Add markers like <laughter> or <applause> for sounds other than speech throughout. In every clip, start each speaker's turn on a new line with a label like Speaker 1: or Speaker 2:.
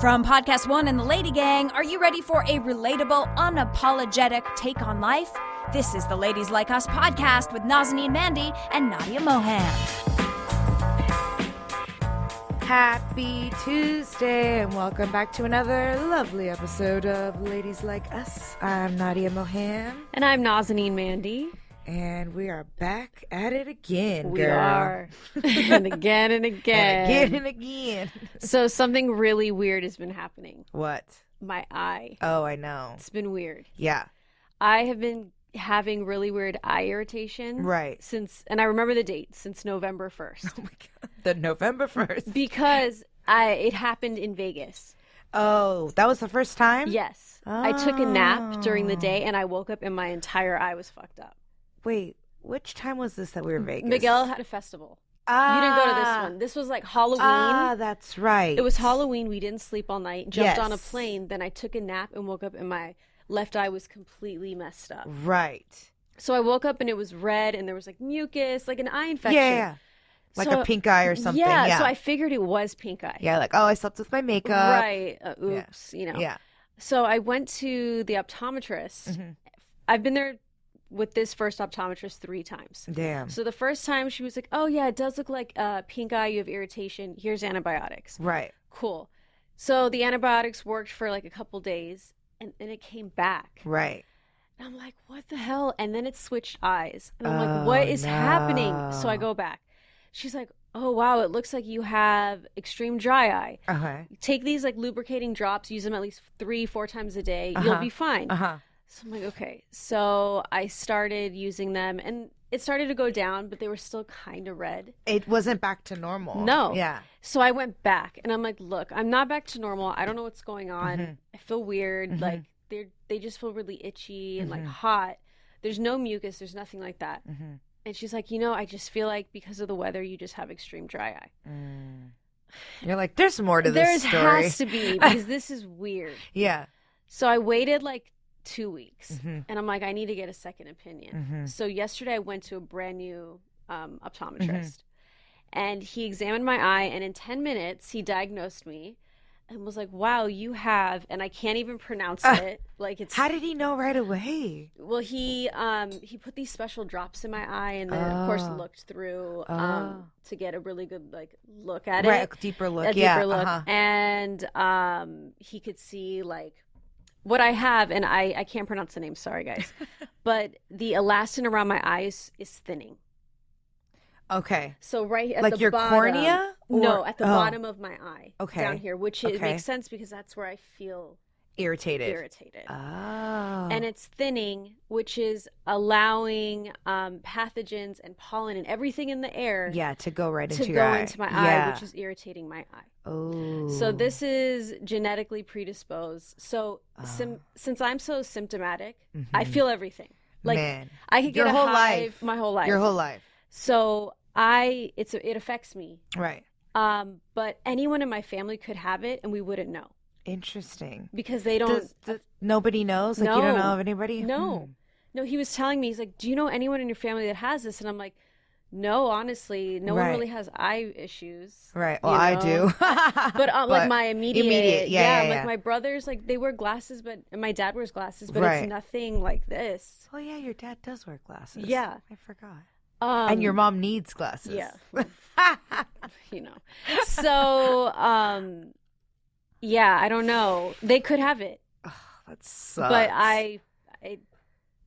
Speaker 1: From Podcast One and the Lady Gang, are you ready for a relatable, unapologetic take on life? This is the Ladies Like Us podcast with Nazanin Mandy and Nadia Mohan.
Speaker 2: Happy Tuesday, and welcome back to another lovely episode of Ladies Like Us. I'm Nadia Mohan,
Speaker 3: And I'm Nazanin Mandy.
Speaker 2: and we are back at it again,
Speaker 3: We
Speaker 2: girl. <laughs>
Speaker 3: are. and again and again.
Speaker 2: Again and again. <laughs>
Speaker 3: So something really weird has been happening.
Speaker 2: What?
Speaker 3: My eye.
Speaker 2: Oh, I know.
Speaker 3: It's been weird.
Speaker 2: Yeah,
Speaker 3: I have been having really weird eye irritation.
Speaker 2: right. <laughs>
Speaker 3: Since and I remember the date, since November first.
Speaker 2: Oh my God. The November 1st.
Speaker 3: because I it happened in Vegas.
Speaker 2: Oh, that was the first time?
Speaker 3: Yes. I took a nap during the
Speaker 2: Oh.
Speaker 3: day and I woke up and my entire eye was fucked up.
Speaker 2: Wait, which time was this that we were in Vegas?
Speaker 3: Miguel had a festival.
Speaker 2: Ah,
Speaker 3: You didn't go to this one. This was like Halloween.
Speaker 2: Ah, that's right.
Speaker 3: It was Halloween. We didn't sleep all night. Jumped on a
Speaker 2: Yes.
Speaker 3: plane. Then I took a nap and woke up, and my left eye was completely messed up.
Speaker 2: Right.
Speaker 3: So I woke up and it was red, and there was like mucus, like an eye infection.
Speaker 2: Yeah, yeah, yeah. Like
Speaker 3: So-
Speaker 2: a pink eye or something.
Speaker 3: Yeah,
Speaker 2: Yeah.
Speaker 3: So I figured it was pink eye.
Speaker 2: Yeah, like, oh, I slept with my makeup.
Speaker 3: Right. Uh,
Speaker 2: Yeah.
Speaker 3: oops. You know.
Speaker 2: Yeah.
Speaker 3: So I went to the optometrist.
Speaker 2: Mhm.
Speaker 3: I've been there with this first optometrist three times.
Speaker 2: Damn.
Speaker 3: So the first time she was like, "Oh yeah, it does look like uh, pink eye. You have irritation. Here's antibiotics."
Speaker 2: Right.
Speaker 3: Cool. So the antibiotics worked for like a couple days and then it came back.
Speaker 2: Right.
Speaker 3: And I'm like, what the hell? And then it switched eyes. And I'm like, what
Speaker 2: Oh,
Speaker 3: is happening? So I
Speaker 2: no.
Speaker 3: go back. She's like, oh, wow, it looks like you have extreme dry eye.
Speaker 2: Okay.
Speaker 3: Take these like lubricating drops, use them at least three, four times a day. You'll
Speaker 2: Uh-huh.
Speaker 3: be fine.
Speaker 2: Uh huh.
Speaker 3: So I'm like, okay. So I started using them and it started to go down, but they were still kind of red.
Speaker 2: It wasn't back to normal.
Speaker 3: No.
Speaker 2: Yeah.
Speaker 3: So I went back and I'm like, look, I'm not back to normal. I don't know what's going on.
Speaker 2: Mhm.
Speaker 3: I feel weird.
Speaker 2: Mhm.
Speaker 3: Like they're they just feel really itchy and like
Speaker 2: Mhm.
Speaker 3: hot. There's no mucus, there's nothing like that.
Speaker 2: Mm-hmm.
Speaker 3: And she's like, you know, I just feel like because of the weather you just have extreme dry eye.
Speaker 2: Mm. You're like, there's more to
Speaker 3: There
Speaker 2: this story.
Speaker 3: has to be because this is weird.
Speaker 2: yeah.
Speaker 3: So I waited like two weeks
Speaker 2: Mhm.
Speaker 3: and I'm like, I need to get a second opinion.
Speaker 2: Mhm.
Speaker 3: So yesterday I went to a brand new um, optometrist,
Speaker 2: Mm-hmm.
Speaker 3: and he examined my eye, and in ten minutes he diagnosed me, and was like, "Wow, you have," and I can't even pronounce
Speaker 2: Ah.
Speaker 3: it. Like it's
Speaker 2: How did he know right away?
Speaker 3: well, he um he put these special drops in my eye, and then of course
Speaker 2: Oh.
Speaker 3: looked through um to get a really good like look at
Speaker 2: right.
Speaker 3: it,
Speaker 2: A deeper look.
Speaker 3: a deeper
Speaker 2: yeah.
Speaker 3: look,
Speaker 2: Uh-huh.
Speaker 3: and um he could see like. What I have, and I, I can't pronounce the name, sorry
Speaker 2: <laughs>
Speaker 3: guys, but the elastin around my eyes is thinning.
Speaker 2: Okay.
Speaker 3: So right at
Speaker 2: Like
Speaker 3: the
Speaker 2: your
Speaker 3: bottom,
Speaker 2: cornea?
Speaker 3: No,
Speaker 2: Or-
Speaker 3: at the
Speaker 2: oh.
Speaker 3: bottom of my eye.
Speaker 2: Okay.
Speaker 3: Down here, which it
Speaker 2: Okay.
Speaker 3: makes sense because that's where I feel
Speaker 2: Irritated.
Speaker 3: irritated.
Speaker 2: Oh.
Speaker 3: And it's thinning, which is allowing um, pathogens and pollen and everything in the air
Speaker 2: yeah to go right
Speaker 3: to
Speaker 2: into
Speaker 3: go
Speaker 2: your eye.
Speaker 3: into my
Speaker 2: yeah.
Speaker 3: eye, which is irritating my eye.
Speaker 2: oh.
Speaker 3: So this is genetically predisposed. So
Speaker 2: Ah.
Speaker 3: sim- since I'm so symptomatic, I
Speaker 2: Mhm.
Speaker 3: feel everything. Like
Speaker 2: Man.
Speaker 3: I could
Speaker 2: Your
Speaker 3: get a
Speaker 2: whole
Speaker 3: hive
Speaker 2: life.
Speaker 3: my whole life.
Speaker 2: Your whole life.
Speaker 3: so I it's it affects me
Speaker 2: Right.
Speaker 3: Um, but anyone in my family could have it and we wouldn't know
Speaker 2: Interesting.
Speaker 3: because they don't
Speaker 2: Does, does- nobody knows? Like you don't
Speaker 3: No.
Speaker 2: know of anybody?
Speaker 3: No. No, he was telling me, he's like, Do you know anyone in your family that has this? And I'm like, No, honestly, no
Speaker 2: Right.
Speaker 3: one really has eye issues.
Speaker 2: Hmm. Right. Well,
Speaker 3: you
Speaker 2: I
Speaker 3: know?
Speaker 2: do.
Speaker 3: <laughs> But, um, like my immediate,
Speaker 2: immediate, yeah, yeah,
Speaker 3: like
Speaker 2: yeah.
Speaker 3: my brothers, like they wear glasses, but and my dad wears glasses, but
Speaker 2: Right.
Speaker 3: it's nothing like this.
Speaker 2: Oh yeah, your dad does wear glasses.
Speaker 3: Yeah.
Speaker 2: I forgot.
Speaker 3: Um,
Speaker 2: and your mom needs glasses. <laughs>
Speaker 3: yeah. you know, so <laughs> um, yeah, I don't know. They could have it,
Speaker 2: Ugh, that sucks.
Speaker 3: but I, I,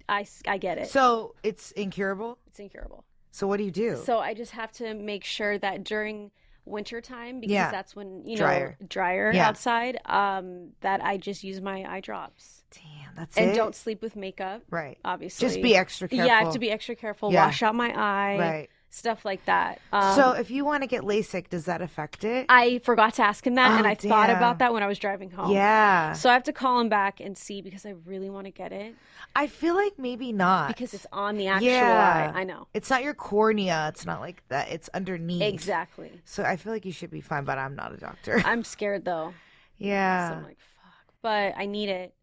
Speaker 3: I, I get it.
Speaker 2: So it's incurable.
Speaker 3: it's incurable.
Speaker 2: So what do you do?
Speaker 3: So I just have to make sure that during wintertime, because
Speaker 2: Yeah.
Speaker 3: that's when, you know,
Speaker 2: Drier.
Speaker 3: drier,
Speaker 2: Yeah.
Speaker 3: outside, um, that I just use my eye drops
Speaker 2: Damn, that's
Speaker 3: and
Speaker 2: it.
Speaker 3: don't sleep with makeup,
Speaker 2: right.
Speaker 3: obviously.
Speaker 2: Just be extra careful.
Speaker 3: Yeah, I have to be extra careful.
Speaker 2: Yeah.
Speaker 3: Wash out my eye,
Speaker 2: right.
Speaker 3: stuff like that. Um,
Speaker 2: so if you want to get LASIK, does that affect it?
Speaker 3: I forgot to ask him that, and
Speaker 2: Oh,
Speaker 3: I thought
Speaker 2: damn.
Speaker 3: about that when I was driving home.
Speaker 2: yeah.
Speaker 3: So I have to call him back and see because I really want to get it
Speaker 2: I feel like maybe not
Speaker 3: because it's on the actual
Speaker 2: Yeah.
Speaker 3: eye. I know.
Speaker 2: It's not your cornea. It's not like that. It's underneath.
Speaker 3: Exactly.
Speaker 2: So I feel like you should be fine, but I'm not a
Speaker 3: <laughs>
Speaker 2: doctor.
Speaker 3: I'm scared though.
Speaker 2: <laughs> yeah.
Speaker 3: So I'm like, fuck. But I need it.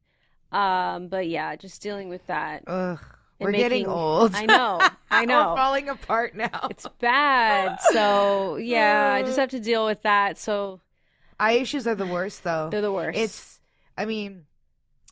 Speaker 3: Um, but yeah, just dealing with that.
Speaker 2: Ugh.
Speaker 3: and
Speaker 2: We're getting
Speaker 3: making-
Speaker 2: old. <laughs>
Speaker 3: I know. I
Speaker 2: We're
Speaker 3: know.
Speaker 2: falling apart now.
Speaker 3: It's bad. So yeah, I just have to deal with that. So
Speaker 2: <laughs> Eye issues are the worst, though.
Speaker 3: They're the worst.
Speaker 2: It's, I mean,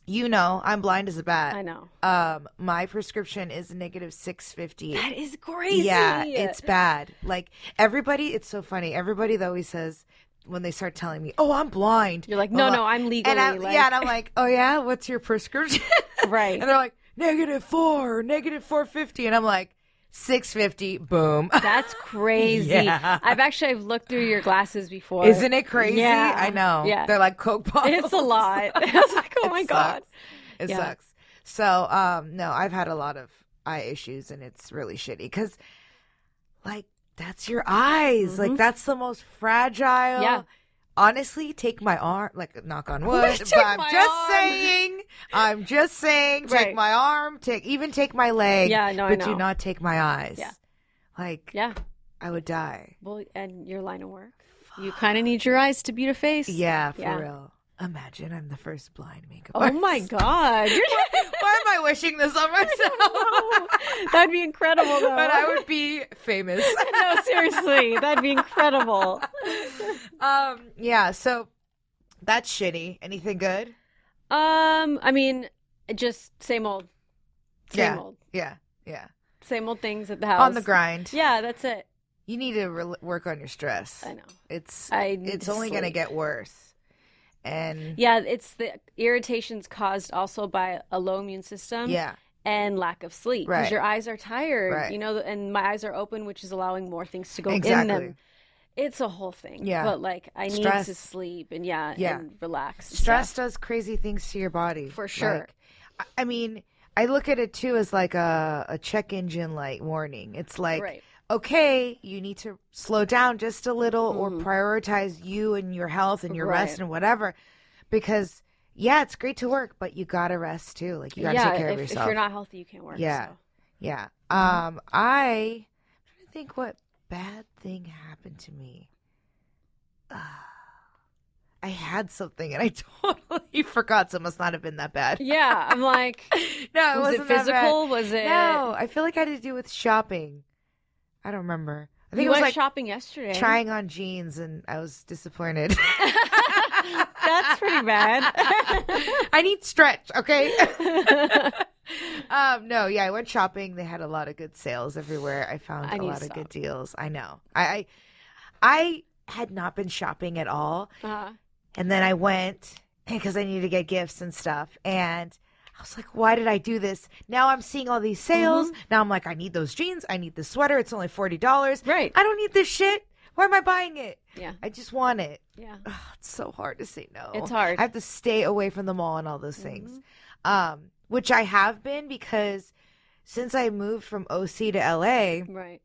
Speaker 2: you know, I'm blind as a
Speaker 3: I
Speaker 2: bat.
Speaker 3: know.
Speaker 2: Um, my prescription is negative six fifty.
Speaker 3: That is crazy.
Speaker 2: Yeah, it's bad. Like everybody, it's so funny. Everybody that always says when they start telling me, "Oh, I'm blind,"
Speaker 3: You're like, no,
Speaker 2: I'm
Speaker 3: no, I'm legally
Speaker 2: and I'm
Speaker 3: like,
Speaker 2: yeah, and I'm like, "Oh yeah, what's your prescription?" <laughs>
Speaker 3: right.
Speaker 2: and they're like, "Negative four, negative four fifty," and I'm like, 650, Boom."
Speaker 3: That's crazy.
Speaker 2: Yeah.
Speaker 3: I've actually I've looked through your glasses
Speaker 2: <laughs>
Speaker 3: before.
Speaker 2: Isn't it crazy?
Speaker 3: Yeah.
Speaker 2: I know.
Speaker 3: Yeah.
Speaker 2: They're like Coke bottles.
Speaker 3: <laughs> It's
Speaker 2: <laughs>
Speaker 3: a lot. <laughs> I was like, oh
Speaker 2: It
Speaker 3: my god.
Speaker 2: sucks. It
Speaker 3: Yeah.
Speaker 2: sucks. So, um, no, I've had a lot of eye issues and it's really shitty because, like, that's your eyes. Like, that's the most fragile.
Speaker 3: Mm-hmm. Yeah.
Speaker 2: Honestly, take my arm, like, knock
Speaker 3: <laughs>
Speaker 2: on wood.
Speaker 3: Take
Speaker 2: but I'm
Speaker 3: my
Speaker 2: just
Speaker 3: arm.
Speaker 2: saying, I'm just saying, take
Speaker 3: Right.
Speaker 2: my arm, take, even take my leg.
Speaker 3: Yeah, no, I
Speaker 2: But do
Speaker 3: know.
Speaker 2: not take my eyes.
Speaker 3: Yeah.
Speaker 2: Like,
Speaker 3: Yeah.
Speaker 2: I would die.
Speaker 3: Well, and your line of work.
Speaker 2: <sighs>
Speaker 3: You kind of need your eyes to beat a face.
Speaker 2: Yeah, for
Speaker 3: Yeah.
Speaker 2: real. Imagine I'm the first blind makeup
Speaker 3: Oh
Speaker 2: artist.
Speaker 3: my god. You're-
Speaker 2: <laughs> Why am I wishing this
Speaker 3: <laughs>
Speaker 2: on myself? <laughs>
Speaker 3: That'd be incredible though.
Speaker 2: but I would be famous.
Speaker 3: <laughs> No, seriously. That'd be incredible.
Speaker 2: um, yeah, so that's shitty. Anything good?
Speaker 3: Um, I mean, just same old. Same
Speaker 2: yeah.
Speaker 3: old.
Speaker 2: Yeah. Yeah.
Speaker 3: Same old things at the house.
Speaker 2: On the grind.
Speaker 3: Yeah, that's it.
Speaker 2: You need to re- work on your stress.
Speaker 3: I know.
Speaker 2: It's
Speaker 3: I need
Speaker 2: it's
Speaker 3: to
Speaker 2: only going to
Speaker 3: sleep.
Speaker 2: get worse. And
Speaker 3: Yeah, it's the irritations caused also by a low immune system
Speaker 2: yeah.
Speaker 3: and lack of sleep. Because
Speaker 2: Right.
Speaker 3: your eyes are tired,
Speaker 2: Right.
Speaker 3: you know, and my eyes are open, which is allowing more things to go in
Speaker 2: Exactly.
Speaker 3: them. It's a whole thing.
Speaker 2: Yeah.
Speaker 3: But like I need to
Speaker 2: Stress.
Speaker 3: sleep and yeah,
Speaker 2: Yeah.
Speaker 3: and relax. and
Speaker 2: stress
Speaker 3: stuff.
Speaker 2: does crazy things to your body
Speaker 3: For sure.
Speaker 2: Like, I- i mean i look at it too as like a, a check engine light warning it's like
Speaker 3: Right.
Speaker 2: okay you need to slow down just a little or prioritize you and your health and your
Speaker 3: Mm-hmm. Right.
Speaker 2: rest and whatever because yeah it's great to work but you gotta rest too like you gotta
Speaker 3: yeah,
Speaker 2: take care
Speaker 3: if,
Speaker 2: of
Speaker 3: if
Speaker 2: yourself
Speaker 3: you're not healthy, you can't work.
Speaker 2: Yeah.
Speaker 3: so.
Speaker 2: yeah
Speaker 3: Uh-huh.
Speaker 2: um i I'm trying to think what bad thing happened to me <sighs> Ah. I had something and I <laughs> totally forgot, so it must not have been that
Speaker 3: <laughs>
Speaker 2: bad.
Speaker 3: Yeah.
Speaker 2: <laughs>
Speaker 3: I'm like
Speaker 2: No, it
Speaker 3: was it
Speaker 2: wasn't that bad.
Speaker 3: physical? Was it
Speaker 2: No, I feel like I had to do with shopping. I don't remember. I think it
Speaker 3: you
Speaker 2: was
Speaker 3: went
Speaker 2: like
Speaker 3: shopping yesterday. <laughs>
Speaker 2: trying <laughs> on jeans, and I was disappointed.
Speaker 3: That's pretty bad.
Speaker 2: <laughs> I need stretch,
Speaker 3: <laughs>
Speaker 2: okay? um, no, yeah, I went shopping. They had a lot of good sales everywhere. I found
Speaker 3: I
Speaker 2: a
Speaker 3: need to
Speaker 2: lot of
Speaker 3: stop.
Speaker 2: good deals. I know. I, I, I had not been shopping at all,
Speaker 3: uh,
Speaker 2: and then I went because I needed to get gifts and stuff. And I was like, why did I do this? Now I'm seeing all these sales. Now I'm like, I need those jeans. I need this sweater. It's only $40.
Speaker 3: Right.
Speaker 2: I don't need this shit. Why am I buying it?
Speaker 3: yeah.
Speaker 2: I just want it.
Speaker 3: Yeah.
Speaker 2: Ugh, it's so hard to say no.
Speaker 3: It's hard. Mm-hmm.
Speaker 2: I have to stay away from the mall and all those things, um, which I have been because since I moved from OC to LA,
Speaker 3: Right.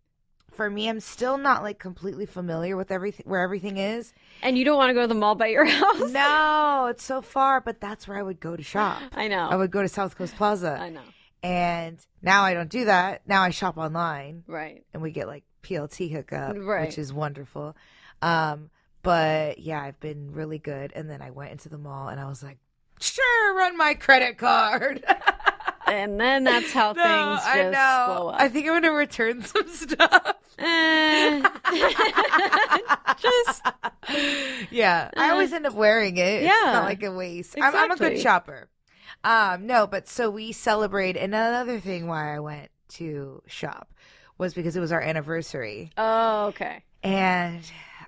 Speaker 2: for me, I'm still not like completely familiar with everything where everything is.
Speaker 3: <laughs> And you don't want to go to the mall by your <laughs> house.
Speaker 2: No, it's so far, but that's where I would go to shop.
Speaker 3: <laughs> I know.
Speaker 2: I would go to South Coast
Speaker 3: I
Speaker 2: Plaza.
Speaker 3: know.
Speaker 2: And now I don't do that. Now I shop online
Speaker 3: Right.
Speaker 2: and we get like PLT hookup,
Speaker 3: Right.
Speaker 2: which is wonderful. Um, but yeah, I've been really good. And then I went into the mall and I was like, sure, run my credit card. <laughs>
Speaker 3: And then that's how
Speaker 2: No,
Speaker 3: things just
Speaker 2: I know.
Speaker 3: blow
Speaker 2: <laughs>
Speaker 3: up.
Speaker 2: I think I'm going to return some stuff.
Speaker 3: Eh. <laughs> just
Speaker 2: <laughs> yeah, I always end up wearing it. It's
Speaker 3: yeah.
Speaker 2: not like a waste. I'm, I'm a
Speaker 3: Exactly.
Speaker 2: good shopper. Um, no, but so we celebrate, and another thing why I went to shop was because it was our anniversary,
Speaker 3: <laughs> Oh, okay.
Speaker 2: and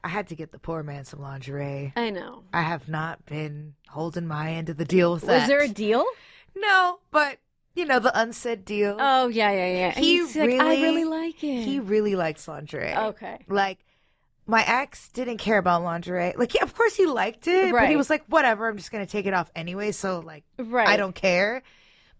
Speaker 2: I had to get the poor man some lingerie.
Speaker 3: I know.
Speaker 2: I have not been holding my end of the deal with
Speaker 3: Was
Speaker 2: that.
Speaker 3: there a deal?
Speaker 2: no? But you know the unsaid deal.
Speaker 3: Oh yeah, yeah, yeah. And
Speaker 2: He
Speaker 3: he's like, I
Speaker 2: really-
Speaker 3: really like it.
Speaker 2: He really likes lingerie.
Speaker 3: Okay.
Speaker 2: Like my ex didn't care about lingerie. Like yeah, of course he liked it, but
Speaker 3: Right.
Speaker 2: he was like, whatever, I'm just gonna take it off anyway. So like
Speaker 3: Right.
Speaker 2: I don't care.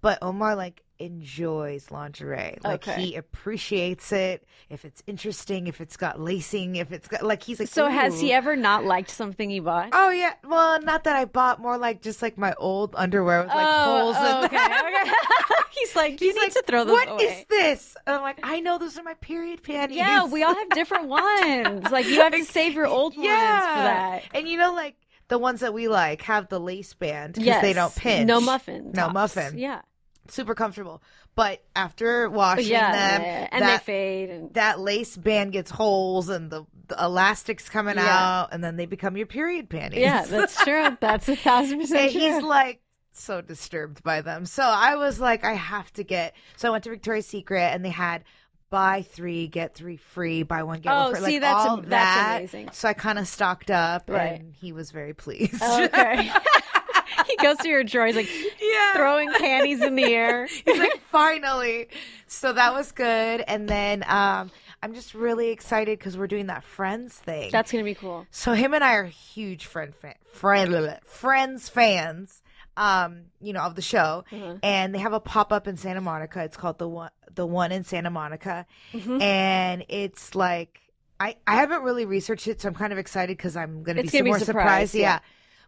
Speaker 2: But Omar like enjoys lingerie. Like
Speaker 3: Okay.
Speaker 2: he appreciates it. If it's interesting, if it's got lacing, if it's got like he's like
Speaker 3: So has
Speaker 2: "Ooh."
Speaker 3: he ever not liked something he bought?
Speaker 2: Oh yeah. Well, not that I bought more like just like my old underwear with like holes in
Speaker 3: oh, okay.
Speaker 2: them.
Speaker 3: okay. <laughs> he's like, you
Speaker 2: He's
Speaker 3: need
Speaker 2: like,
Speaker 3: to throw those
Speaker 2: "What
Speaker 3: away.
Speaker 2: is this? And I'm like, I know those are my period panties.
Speaker 3: Yeah, we all have different ones. Like you
Speaker 2: <laughs>
Speaker 3: have to save your old ones
Speaker 2: Yeah.
Speaker 3: for that.
Speaker 2: And you know, like the ones that we like have the lace band because
Speaker 3: Yes,
Speaker 2: they don't pinch.
Speaker 3: No muffin.
Speaker 2: No
Speaker 3: tops.
Speaker 2: muffin.
Speaker 3: Yeah.
Speaker 2: Super comfortable. But after washing
Speaker 3: yeah,
Speaker 2: them,
Speaker 3: yeah, yeah. and
Speaker 2: that,
Speaker 3: they fade and
Speaker 2: that lace band gets holes and the the elastic's coming
Speaker 4: Yeah.
Speaker 2: out, and then they become your period panties. <laughs>
Speaker 4: Yeah, that's true. That's a
Speaker 2: And
Speaker 4: thousand percent
Speaker 2: he's <laughs>
Speaker 4: true.
Speaker 2: like so disturbed by them. So I was like, I have to get. So I went to Victoria's Secret, and they had buy three get three free, buy one get one
Speaker 4: Oh,
Speaker 2: free.
Speaker 4: see,
Speaker 2: like,
Speaker 4: that's-
Speaker 2: all
Speaker 4: that's
Speaker 2: that.
Speaker 4: amazing.
Speaker 2: So I kind of stocked up,
Speaker 4: Right. Oh,
Speaker 2: and he was very pleased.
Speaker 4: okay. <laughs> he goes through your drawer. He's like
Speaker 2: <laughs> yeah,
Speaker 4: throwing panties in the air.
Speaker 2: <laughs> He's
Speaker 4: <laughs>
Speaker 2: like, finally. So that was good. And then um, I'm just really excited because we're doing that friends thing.
Speaker 4: That's gonna be cool.
Speaker 2: so him and I are huge friend fan, friend friends fans. Um, you know of the show,
Speaker 4: Mm-hmm.
Speaker 2: and they have a pop up in Santa Monica. It's called the one, the one in Santa Monica,
Speaker 4: Mm-hmm.
Speaker 2: and it's like I I haven't really researched it, so I'm kind of excited because I'm gonna
Speaker 4: It's
Speaker 2: be
Speaker 4: gonna be
Speaker 2: more
Speaker 4: surprised,
Speaker 2: surprised. Yeah.
Speaker 4: yeah.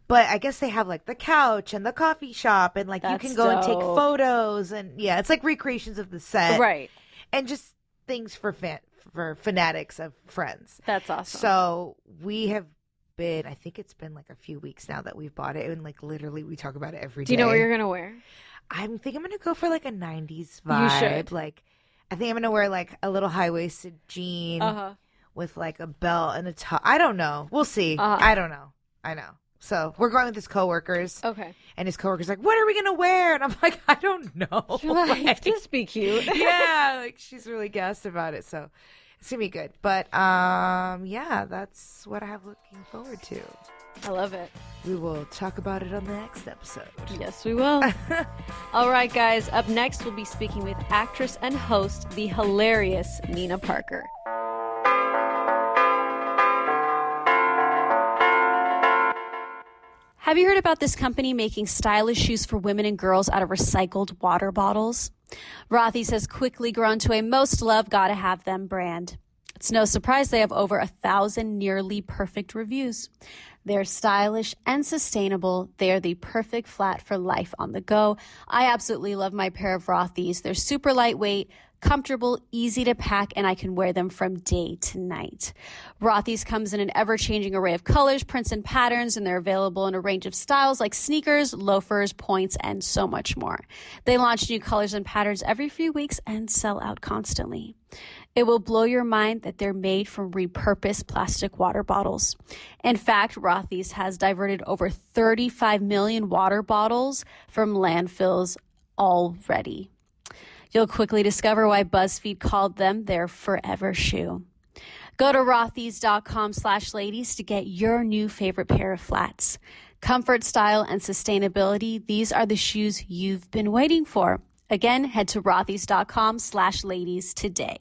Speaker 2: But I guess they have like the couch and the coffee shop, and like
Speaker 4: That's
Speaker 2: you can go and take
Speaker 4: dope.
Speaker 2: photos, and yeah, it's like recreations of the set,
Speaker 4: Right.
Speaker 2: And just things for fan for fanatics of Friends.
Speaker 4: That's awesome.
Speaker 2: So we have been, I think it's been like a few weeks now that we've bought it, and like literally we talk about it every day.
Speaker 4: Do you know what you're gonna wear?
Speaker 2: I'm think I'm gonna go for like a '90s
Speaker 4: You
Speaker 2: vibe.
Speaker 4: should.
Speaker 2: Like, I think I'm gonna wear like a little high waisted jean
Speaker 4: Uh huh.
Speaker 2: with like a belt and a top. I don't know. We'll see.
Speaker 4: Uh-huh.
Speaker 2: I don't know. I know. So we're going with his coworkers, <laughs>
Speaker 4: Okay.
Speaker 2: and his coworkers like, "What are we gonna wear?" And I'm like, "I don't <laughs> know."
Speaker 4: You're like,
Speaker 2: Like-
Speaker 4: <laughs> just be cute.
Speaker 2: yeah, like she's really gassed about it. So it's gonna be good. But um, yeah, that's what I have looking forward to.
Speaker 4: I love it.
Speaker 2: We will talk about it on the next episode.
Speaker 4: Yes, we
Speaker 5: <laughs>
Speaker 4: will. All right, guys. Up next, we'll be speaking with actress and host, the hilarious Nina Parker. Have you heard about this company making stylish shoes for women and girls out of recycled water bottles? Rothy's has quickly grown to a most love, gotta have them brand. It's no surprise they have over a thousand nearly perfect reviews. They're stylish and sustainable. They are the perfect flat for life on the go. I absolutely love my pair of Rothy's. They're super lightweight, comfortable, easy to pack, and I can wear them from day to night. Rothy's comes in an ever changing array of colors, prints, and patterns, and they're available in a range of styles like sneakers, loafers, points, and so much more. They launch new colors and patterns every few weeks and sell out constantly. It will blow your mind that they're made from repurposed plastic water bottles. In fact, Rothy's has diverted over 35 million water bottles from landfills already. You'll quickly discover why BuzzFeed called them their forever shoe. Go to rothys.com slash ladies to get your new favorite pair of flats. Comfort, style, and sustainability, these are the shoes you've been waiting for. Again, head to rothys.com slash ladies today.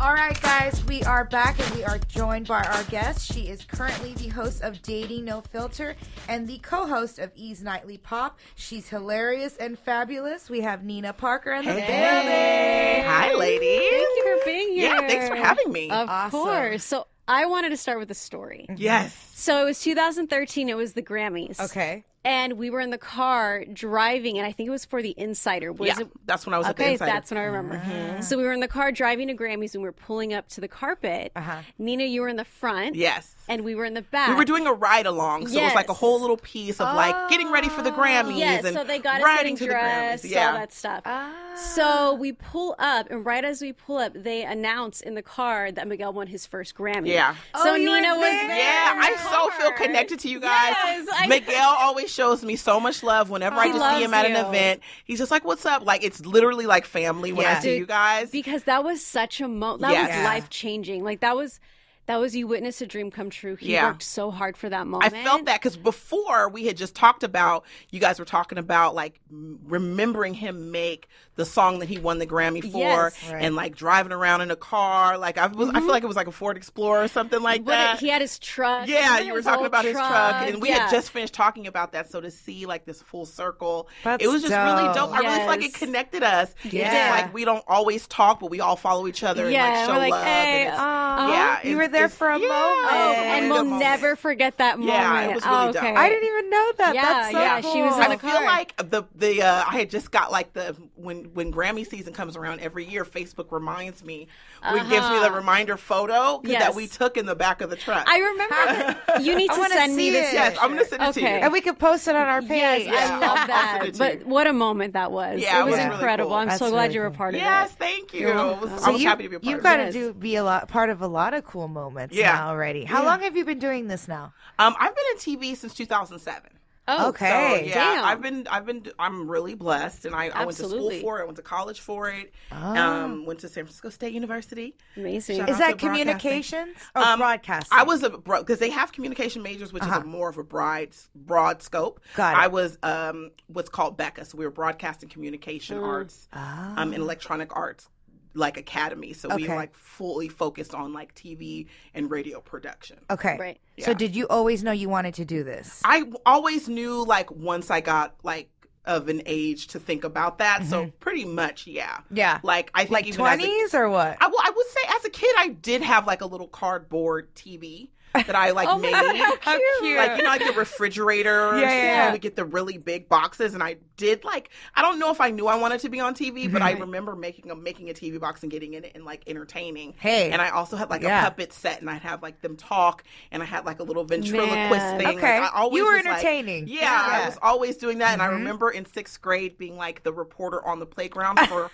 Speaker 2: All right, guys, we are back and we are joined by our guest. She is currently the host of Dating No Filter and the co host of E's Nightly Pop. She's hilarious and fabulous. We have Nina Parker in the building.
Speaker 5: Hi, ladies.
Speaker 4: Thank you for being here.
Speaker 5: Yeah, thanks for having me.
Speaker 4: Of
Speaker 2: Awesome.
Speaker 4: course. So I wanted to start with a story.
Speaker 5: Mm-hmm. yes.
Speaker 4: So it was 2013. It was the Grammys.
Speaker 2: Okay.
Speaker 4: And we were in the car driving, and I think it was for the Insider. Was
Speaker 5: Yeah,
Speaker 4: it?
Speaker 5: that's when I was at the
Speaker 4: Okay,
Speaker 5: inside. Ah.
Speaker 4: that's when I remember. So we were in the car driving to Grammys, and we were pulling up to the carpet.
Speaker 2: Uh-huh.
Speaker 4: Nina, you were in the front.
Speaker 5: yes.
Speaker 4: And we were in the back.
Speaker 5: We were doing a ride along, so it was like
Speaker 4: Yes.
Speaker 5: a
Speaker 4: Oh,
Speaker 5: whole little piece of like getting ready for the Grammys
Speaker 4: Yes,
Speaker 5: and
Speaker 4: so they got us getting
Speaker 5: riding to
Speaker 4: dressed,
Speaker 5: the Grammys. Yeah. Ah.
Speaker 4: all that stuff. So we pull up, and right as we pull up, they announce in the car that Miguel won his first Grammy.
Speaker 5: Yeah.
Speaker 4: So
Speaker 2: Oh, you were
Speaker 4: Nina was
Speaker 2: there.
Speaker 4: there.
Speaker 5: yeah,
Speaker 4: in the
Speaker 5: I so feel
Speaker 4: car.
Speaker 5: connected to you guys.
Speaker 4: Yes, I-
Speaker 5: Miguel always shows me so much love whenever I
Speaker 4: He
Speaker 5: just see him
Speaker 4: loves
Speaker 5: at
Speaker 4: you.
Speaker 5: an event. He's just like, "What's up?" Like it's literally like family when I
Speaker 2: Yeah.
Speaker 5: see
Speaker 4: Dude,
Speaker 5: you guys.
Speaker 4: because that was such a moment. That
Speaker 5: Yes.
Speaker 4: was
Speaker 5: Yeah.
Speaker 4: life changing. Like that was that was you witnessed a dream come true. He
Speaker 5: Yeah.
Speaker 4: worked so hard for that
Speaker 5: I
Speaker 4: moment.
Speaker 5: felt that because before we had just talked about you guys were talking about like m- remembering him make the song that he won the Grammy for
Speaker 4: Yes. Mm-hmm.
Speaker 5: and like driving around in a car like I was I feel like it was like a Ford Explorer or something like
Speaker 4: What
Speaker 5: that.
Speaker 4: it- he had his truck.
Speaker 5: yeah,
Speaker 4: Remember
Speaker 5: you were
Speaker 4: his
Speaker 5: talking
Speaker 4: old
Speaker 5: about his truck, and we
Speaker 4: Yeah.
Speaker 5: had just finished talking about that. So to see like this full circle,
Speaker 2: That's
Speaker 5: it was just really
Speaker 2: dope.
Speaker 5: dope. I really feel like it
Speaker 4: Yes.
Speaker 5: connected us. It's just
Speaker 2: Yeah.
Speaker 5: like we don't always talk, but we all follow each other
Speaker 4: Yeah,
Speaker 5: and like show
Speaker 4: we're like,
Speaker 5: love.
Speaker 4: "Hey, uh-huh." Oh,
Speaker 5: and it's-
Speaker 4: aw,
Speaker 5: yeah,
Speaker 2: you
Speaker 5: it's
Speaker 2: were there
Speaker 5: is-
Speaker 2: for a
Speaker 5: yeah,
Speaker 2: moment.
Speaker 5: I was
Speaker 3: and
Speaker 5: in
Speaker 3: we'll
Speaker 5: the moment.
Speaker 3: never forget that moment.
Speaker 5: Yeah, it was really
Speaker 3: oh, okay.
Speaker 5: dope.
Speaker 2: I didn't even know that.
Speaker 3: Yeah,
Speaker 2: That's so
Speaker 3: yeah, she was
Speaker 2: cool.
Speaker 3: in
Speaker 5: I
Speaker 3: the
Speaker 5: feel
Speaker 3: car.
Speaker 5: like the the uh, I had just got like the when when Grammy season comes around every year, Facebook reminds me, it gives me the reminder photo
Speaker 3: Uh-huh. Yes.
Speaker 5: that we took in the back of the truck.
Speaker 3: I remember. that-
Speaker 5: <laughs>
Speaker 3: you need
Speaker 2: I
Speaker 3: to
Speaker 2: wanna
Speaker 3: send me
Speaker 2: see
Speaker 3: this.
Speaker 2: it.
Speaker 5: yes, I'm gonna send it
Speaker 3: Okay.
Speaker 5: to
Speaker 2: and
Speaker 5: you.
Speaker 2: we could post it on our page.
Speaker 3: Yes,
Speaker 5: Yeah,
Speaker 3: I love
Speaker 5: I'll
Speaker 3: that.
Speaker 5: send it to
Speaker 3: But
Speaker 5: you.
Speaker 3: what a moment that was.
Speaker 5: Yeah,
Speaker 3: it
Speaker 5: it
Speaker 3: was
Speaker 5: was really
Speaker 3: incredible.
Speaker 5: cool.
Speaker 3: I'm
Speaker 2: That's
Speaker 3: so glad
Speaker 2: really
Speaker 3: you were a
Speaker 2: cool.
Speaker 3: part of
Speaker 5: Yes,
Speaker 3: it.
Speaker 5: thank you.
Speaker 3: You're
Speaker 5: I
Speaker 3: welcome.
Speaker 5: was,
Speaker 3: So
Speaker 5: I was
Speaker 2: you,
Speaker 5: happy to be a part
Speaker 2: You've
Speaker 5: of
Speaker 2: got
Speaker 5: it.
Speaker 2: to
Speaker 3: Yes.
Speaker 2: do be a lot part of a lot of cool moments
Speaker 5: Yeah.
Speaker 2: now already. How long have you been doing this now?
Speaker 5: Um, I've been in TV since 2007.
Speaker 3: Oh,
Speaker 2: Okay.
Speaker 5: So,
Speaker 2: Hey,
Speaker 5: yeah,
Speaker 3: damn.
Speaker 5: I've been, I've been, I'm really blessed, and I, I went to school
Speaker 3: Absolutely. Ah.
Speaker 5: for it, I went to college for it, um, went to San Francisco State University.
Speaker 3: Amazing.
Speaker 5: Shout
Speaker 2: Is
Speaker 5: out
Speaker 2: that
Speaker 5: to broadcasting.
Speaker 2: communications or
Speaker 5: Um,
Speaker 2: broadcasting?
Speaker 5: I was a bro because they have communication majors, which is a more of a broad broad scope.
Speaker 2: Uh-huh. Got it.
Speaker 5: I was um what's called Becca, so we were broadcasting communication arts,
Speaker 2: Ah.
Speaker 5: um, and electronic arts like academy. So we
Speaker 2: Okay.
Speaker 5: like fully focused on like TV and radio production.
Speaker 2: okay.
Speaker 3: Right.
Speaker 2: So did you always know you wanted to do this?
Speaker 5: I w- always knew like once I got like of an age to think about that. So pretty much, yeah,
Speaker 2: Yeah.
Speaker 5: Like I think
Speaker 2: Mm-hmm. Like
Speaker 5: even as a-
Speaker 2: twenties or what?
Speaker 5: I, well, I would say as a kid, I did have like a little cardboard TV that
Speaker 2: <laughs>
Speaker 5: I
Speaker 2: Oh
Speaker 5: like made.
Speaker 3: How cute.
Speaker 5: Like you know, like the refrigerator.
Speaker 2: Yeah, yeah, yeah.
Speaker 5: We get the really big boxes, and I did like I don't know if I knew I wanted to be on TV, but I remember making a making a TV box and getting in it and like entertaining.
Speaker 2: Hey.
Speaker 5: and I also had like
Speaker 2: Yeah.
Speaker 5: a puppet set, and I'd have like them talk, and I had like a little ventriloquist
Speaker 3: Man.
Speaker 5: thing.
Speaker 2: Okay.
Speaker 5: like, I always
Speaker 2: You were
Speaker 5: was, like-
Speaker 2: entertaining.
Speaker 5: yeah,
Speaker 2: Yeah. Mm-hmm.
Speaker 5: I was always doing that, and I remember in sixth grade being like the reporter on the playground
Speaker 2: <laughs>
Speaker 5: for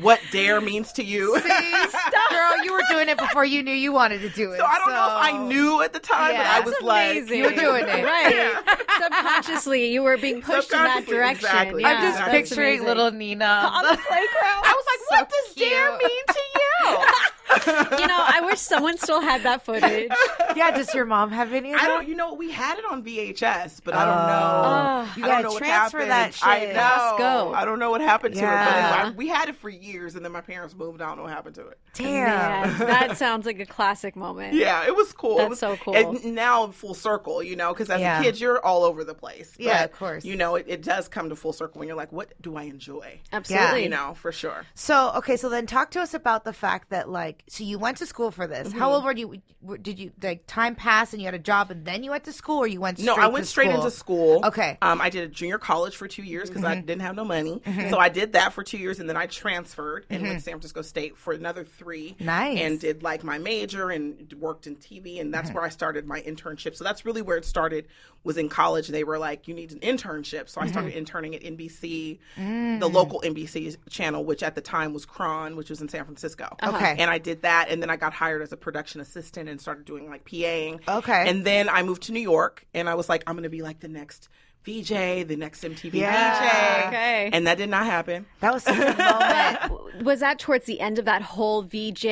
Speaker 5: what dare means to you. <laughs>
Speaker 2: Girl, you were doing it before you knew you wanted to do it.
Speaker 5: So I don't know if I knew at the time,
Speaker 2: Yeah.
Speaker 5: but I
Speaker 2: That's
Speaker 5: was like,
Speaker 3: Amazing.
Speaker 2: You were doing it.
Speaker 3: Right.
Speaker 5: <laughs>
Speaker 3: Subconsciously, you were being pushed in that
Speaker 5: Subconsciously,
Speaker 3: direction.
Speaker 5: exactly.
Speaker 3: Yeah,
Speaker 2: I'm just
Speaker 3: that's
Speaker 2: picturing
Speaker 3: amazing.
Speaker 2: little Nina
Speaker 5: <laughs>
Speaker 2: on <laughs> the playground.
Speaker 5: I was like, what does dare mean to you?
Speaker 3: You know, I wish someone still had that
Speaker 4: <laughs>
Speaker 3: footage.
Speaker 2: Yeah, does your mom have any of
Speaker 5: <laughs> I
Speaker 2: that?
Speaker 5: don't, you know, we had it on VHS, but I don't know.
Speaker 3: Oh.
Speaker 2: You
Speaker 5: I don't
Speaker 2: gotta
Speaker 5: know what
Speaker 2: transfer
Speaker 5: happened.
Speaker 2: that
Speaker 5: I
Speaker 2: shit.
Speaker 5: know.
Speaker 3: Let's go.
Speaker 5: I don't know what happened to it,
Speaker 2: Yeah.
Speaker 5: but it, we had it for years, and then my parents moved. I don't know what happened to it.
Speaker 2: Damn.
Speaker 3: Man, that sounds like a classic moment.
Speaker 5: Yeah, it was cool. It
Speaker 3: That's
Speaker 5: was-
Speaker 3: so cool.
Speaker 5: And now full circle, you know, because as
Speaker 2: Yeah.
Speaker 5: a kid, you're all over the place.
Speaker 2: Yeah,
Speaker 5: But,
Speaker 2: of course.
Speaker 5: You know, it, it does come to full circle when you're like, what do I enjoy?
Speaker 3: Absolutely.
Speaker 5: You know, for sure.
Speaker 2: So okay, so then talk to us about the fact that like, so you went to school for this.
Speaker 5: Mm-hmm.
Speaker 2: How old were you? were- Did you like time pass and you had a job and then you went to school, or you went? Straight
Speaker 5: No, I went
Speaker 2: to
Speaker 5: straight
Speaker 2: school?
Speaker 5: into school.
Speaker 2: Okay. Mm-hmm.
Speaker 5: Um, I did a junior college for two years because I didn't have no money. So I did that for two years, and then I transferred and went to San Francisco State for another three.
Speaker 2: Mm-hmm. Nice. Mm-hmm.
Speaker 5: And did like my major and worked in TV, and that's where I started my internship. So that's really where it started. Was in college, they were like, "You need an internship,"
Speaker 2: Mm-hmm.
Speaker 5: so I started interning at NBC,
Speaker 2: Mm.
Speaker 5: the local NBC channel, which at the time was Kron, which was in San Francisco.
Speaker 2: Okay.
Speaker 5: And I did that, and then I got hired as a production assistant and started doing like PAing.
Speaker 2: Okay.
Speaker 5: And then I moved to New York and I was like, I'm going to be like the next VJ, the next MTV
Speaker 2: Yeah,
Speaker 5: VJ.
Speaker 3: okay.
Speaker 5: And that did not happen.
Speaker 2: That was
Speaker 5: <laughs>
Speaker 2: such a moment.
Speaker 3: Was that towards the end of that whole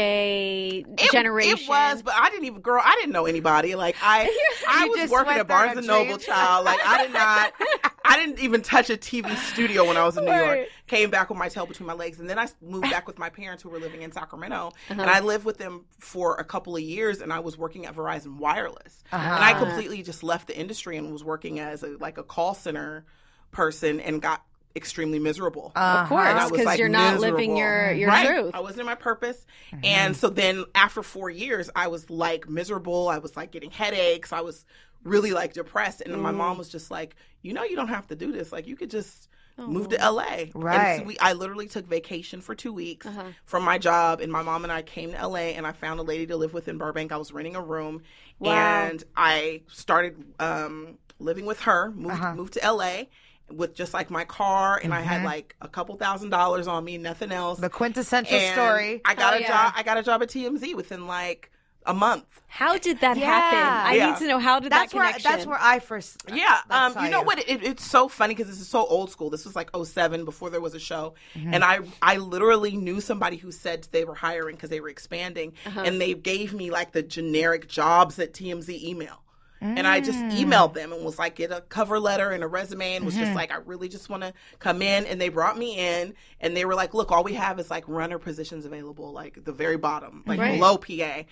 Speaker 3: VJ
Speaker 5: It-
Speaker 3: generation?
Speaker 5: It was, but I didn't even, girl, I didn't know anybody. Like,
Speaker 3: <laughs>
Speaker 5: I I
Speaker 2: You
Speaker 5: was
Speaker 2: just
Speaker 5: working
Speaker 2: went
Speaker 5: at
Speaker 2: there
Speaker 5: Barnes
Speaker 2: and
Speaker 5: and Noble,
Speaker 2: dreamed.
Speaker 5: child. Like, I did not,
Speaker 3: <laughs>
Speaker 5: I didn't even touch a TV studio when I was in New York.
Speaker 3: Right.
Speaker 5: Came back with my tail between my legs. And then I moved back with my parents who were living in Sacramento.
Speaker 3: Uh-huh.
Speaker 5: And I lived with them for a couple of years and I was working at Verizon Wireless. And
Speaker 3: Uh-huh.
Speaker 5: I completely just left the industry and was working as a, like a call center person and got extremely miserable.
Speaker 4: Uh-huh.
Speaker 3: Of course,
Speaker 5: And I was,
Speaker 3: because
Speaker 5: like,
Speaker 3: you're not living
Speaker 5: miserable.
Speaker 3: your, your
Speaker 5: Right.
Speaker 3: truth.
Speaker 5: I wasn't in my purpose. And so then after four years, I was like miserable. I was like getting headaches. I was really like depressed. And my
Speaker 3: Mm.
Speaker 5: mom was just like, you know, you don't have to do this. Like you could just move to LA. And
Speaker 2: Right.
Speaker 5: so we, I literally took vacation for two weeks
Speaker 3: Uh-huh.
Speaker 5: from my job. And my mom and I came to LA and I found a lady to live with in Burbank. I was renting a room and I started um, living with her, moved,
Speaker 2: Uh-huh.
Speaker 5: moved to LA. With just like my car, and I had like a couple thousand dollars on me, nothing else.
Speaker 2: Mm-hmm. the quintessential
Speaker 5: And
Speaker 2: story.
Speaker 5: I got
Speaker 3: Oh,
Speaker 5: a
Speaker 3: yeah.
Speaker 5: job. I got a job at TMZ within like a month.
Speaker 3: How did that
Speaker 2: Yeah.
Speaker 3: happen? I
Speaker 5: Yeah.
Speaker 3: need to know how did
Speaker 2: that's
Speaker 3: that
Speaker 2: where
Speaker 3: connection.
Speaker 2: that's where I first.
Speaker 5: Yeah,
Speaker 2: I
Speaker 5: um,
Speaker 2: saw
Speaker 5: you know
Speaker 2: you.
Speaker 5: what? It, it's so funny because this is so old school. This was like 07 before there was a show,
Speaker 2: Mm-hmm.
Speaker 5: and I I literally knew somebody who said they were hiring because they were expanding,
Speaker 2: Uh-huh.
Speaker 5: and they gave me like the generic jobs at TMZ email. And I just
Speaker 2: Mm.
Speaker 5: emailed them and was like, get a cover letter and a resume, and was just
Speaker 2: Mm-hmm.
Speaker 5: like, I really just want to come in. And they brought me in, and they were like, look, all we have is like runner positions available, like the very bottom, like
Speaker 3: Right.
Speaker 5: below PA.